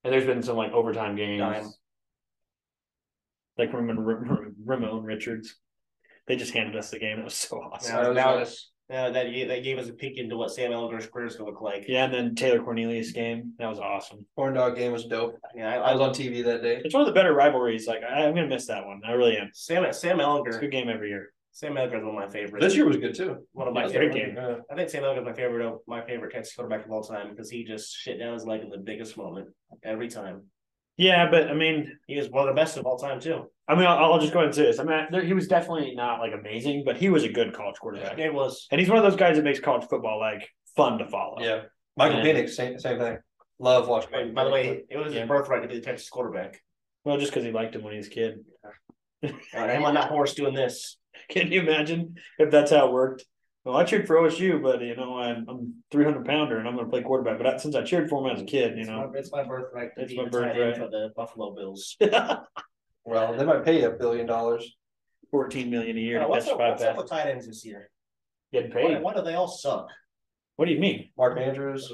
And there's been some like overtime games. Like Ramon, Ramon- Ramon Richards. They just handed us the game. It was so awesome.
Now, now, now Uh, that gave- that gave us a peek into what Sam Ellinger's career is going to look like.
Yeah, and then Taylor Cornelius game. That was awesome.
Corn dog game was dope.
Yeah, I,
I was on TV that day.
It's one of the better rivalries. Like I, I'm gonna miss that one. I really am.
Sam Sam
It's a
Ellinger.
good game every year.
Sam Ellinger is one of my favorites.
This year was good too.
one of my
It was a
favorite.
great game.
I think Sam Ellinger is my favorite. of- My favorite Texas quarterback of all time because he just shit down his leg in the biggest moment every time.
Yeah, but I mean,
He was one of the best of all time too.
I mean, I'll, I'll just go ahead and say this. I mean, I- there, he was definitely not like amazing, but he was a good college quarterback,
It was
and he's one of those guys that makes college football like fun to follow.
Yeah. Michael
Yeah.
Penix, same, same thing. Love watching.
By
Michael
by the
Penix,
way, it was
Yeah.
his birthright to be the Texas quarterback.
Well, just because he liked him when he was a kid.
Uh, him on that horse doing this.
Can you imagine if that's how it worked? Well, I cheered for OSU, but you know, I'm I'm 300 pounder and I'm going to play quarterback. But I, since I cheered for him as a kid, you
It's
know,
my, it's my birthright to
It's
be
my
the tight end
birthright.
for the Buffalo Bills.
but- Well, they might pay you a billion dollars.
14 million a year
Yeah,
to
what's
catch
up,
five
what's up with
passes,
tight ends this year?
getting
Why,
paid.
why do they all suck?
What do you mean?
Mark Andrews.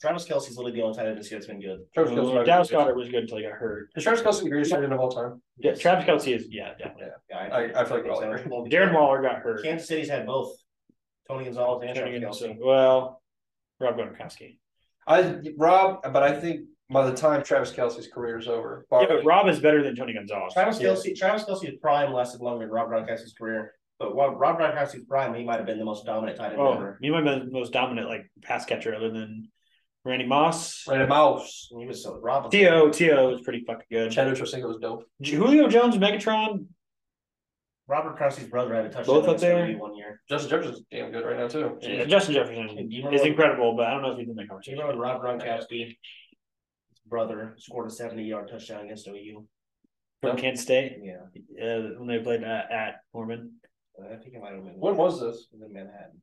Travis Kelsey's literally the only tight end this year that's been good.
Travis Kelce might be
Dallas
good.
Goddard was good until he got hurt.
Is Travis Kelsey the greatest tight end of all time?
Yeah, Travis Kelsey is yeah definitely.
Yeah,
I- I feel like we're all
so.
agreeing.
Well,
Darren Waller got hurt.
Kansas City's had both Tony Gonzalez and
Turning
Travis
into-
Kelsey.
well, Rob Gronkowski.
I Rob, but I think by the time Travis Kelsey's career is over,
Yeah,
Barkley-
but Rob is better than Tony Gonzalez.
Travis
Yeah.
Kelsey, Travis Kelsey's prime lasted longer than Rob Gronkowski's career, but Rob, Rob Gronkowski's prime, he might have been the most dominant tight end
Oh,
ever.
he might be the most dominant like pass catcher other than Randy Moss.
Randy Mouse.
He was so Rob. was-
T.O. T.O. is pretty fucking good.
Chad Ochocinco was dope.
Julio Jones, Megatron.
Robert Gronkowski's brother had a touchdown
Both
in
up
his
there?
debut one year.
Justin Jefferson's damn good right now too.
Yeah, uh, Justin
Hey,
Jefferson
do you
is
remember when-
incredible, but I don't know if he's in
Do
that
you
conversation.
remember when Rob Gronkowski, his brother, scored a 70 yard touchdown against OU?
From Kent State,
Yeah.
uh, when they played at, at Mormon.
I think it might have been.
When was this?
It was in Manhattan.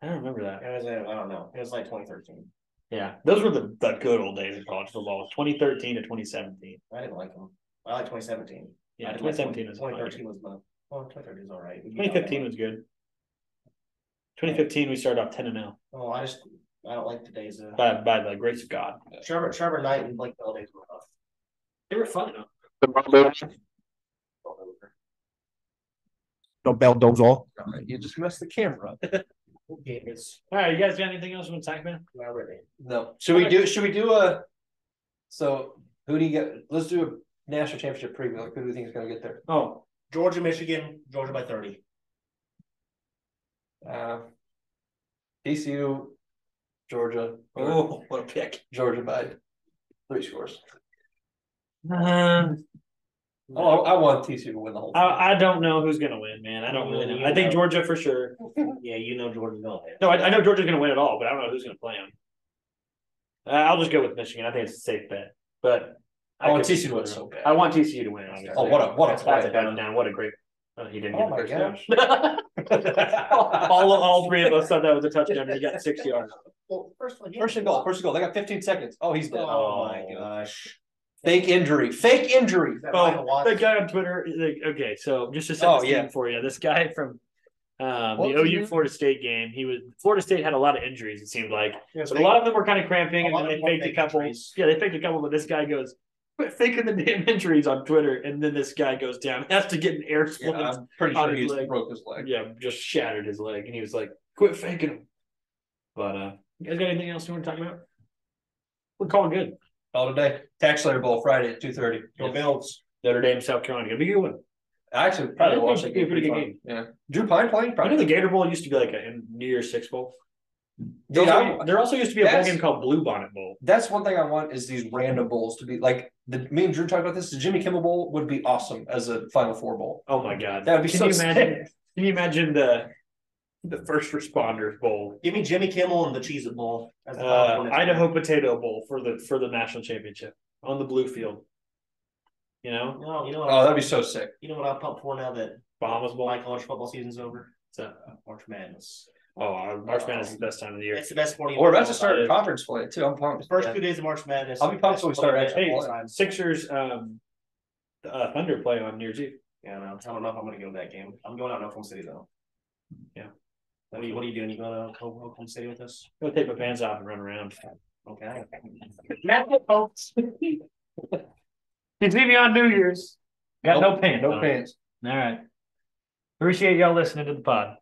I don't remember that.
It was, in- I don't know. It was like 2013.
Yeah, those were the, the good old days of college football, 2013 to 2017.
I didn't like him. I like 2017.
Yeah,
I didn't like
2017 was fine.
2013 was my. Well, 2013 was all right.
2015 was good. 2015, we started off 10 and 0
Oh, I just I don't like today's. Uh,
by, by the grace of God.
Trevor Trevor Knight and Blake Belding were rough.
They were fun.
No bell dogs all.
You just messed the camera. up.
Okay, it's
All right, you guys got anything else you want to talk about?
not really.
No. Should we do? Should we do a? So who do you get? Let's do a national championship preview. Like who do we think is going to get there?
Oh,
Georgia Michigan Georgia by 30.
Uh, TCU, Georgia, or
oh, what a pick.
Georgia by three scores.
Um,
Oh, I I want TCU to win the whole. thing.
I, I don't know who's gonna win, man. I don't really know. I think Georgia for sure.
Yeah, you know Georgia's going there.
No, I, I know Georgia's gonna win it all, but I don't know who's gonna play them. Uh, I'll just go with Michigan. I think it's a safe bet, but
I want
could-
TCU to win so bad.
I want TCU to win. Obviously.
Oh, what a what a
That's a
play!
touchdown. What a great. Oh, he didn't
Oh
get the
my
first
gosh!
down. all, all three of us thought that was a touchdown, and he got six yards.
Well, first one.
First and goal, first and goal. They got 15 seconds. Oh, he's dead.
Oh my gosh.
Fake injury. Fake injury.
Is that Ryan
Oh,
Watts?
that guy on Twitter. Like, okay, so just to set the
Oh,
scene
yeah.
for you, this guy from um,
What
the
was he
OU
doing?
Florida State game, he was Florida State had a lot of injuries. It seemed like
Yeah,
but
they-
a lot of them were kind of
a
cramping, and
lot
then
of
they
them
faked a
fake
couple.
injuries.
Yeah, they faked a couple, but this guy goes. Quit faking the damn injuries on Twitter, and then this guy goes down, has to get an air
Yeah,
split.
I'm pretty
On
sure
his
he
leg.
broke his leg.
yeah, just shattered his leg, and he was like, "Quit faking him." But uh, you guys got anything else you want to talk about? We're calling good.
All today. Tax Slayer Bowl Friday at 2:30.
Go Bills.
Notre Dame, South Carolina, gonna be a good one.
I actually
I
probably
think
watched
it should
that
be a
game.
pretty good
Pretty
game.
fun. Yeah. Drew Pine playing
I know the
probably.
Gator Bowl used to be like a New Year's Six Bowl.
Dude,
There
I-
also- there also used to be a bowl
That's-
game called Blue Bonnet Bowl.
That's one thing I want is these random bowls to be like the me and Drew talked about this. The Jimmy Kimmel Bowl would be awesome as a Final Four bowl.
Oh my god,
That would be
can
so
you imagine? Can you imagine the the first responders bowl,
Give me Jimmy Kimmel and the Cheez It Bowl. as the final
uh,
one.
Idaho Potato Bowl for the for the national championship on the blue field? You know,
No, you know what?
Oh, that'd be so sick.
you know what I'm pumped for now that
Bahamas Bowl.
my college football season's over?
So-
March Madness.
oh, March Madness is the best time of the year.
It's the best sporting.
We're about to
event.
start conference play too. I'm pumped.
The first
Yeah.
two days of March Madness.
I'll be pumped when we start
actually.
actually
Yeah,
Sixers um, uh, Thunder play on New Year's Eve.
no, I don't know if I'm going to go to that game. I'm going out in Oklahoma City though.
Yeah.
What are you, what are you doing? You going to Oklahoma Oklahoma City with us?
Go take my pants off and run around.
Okay.
That's it, folks. It's me on New Year's. Got no
Nope,
pants.
no
on.
pants.
All right. Appreciate y'all listening to the pod.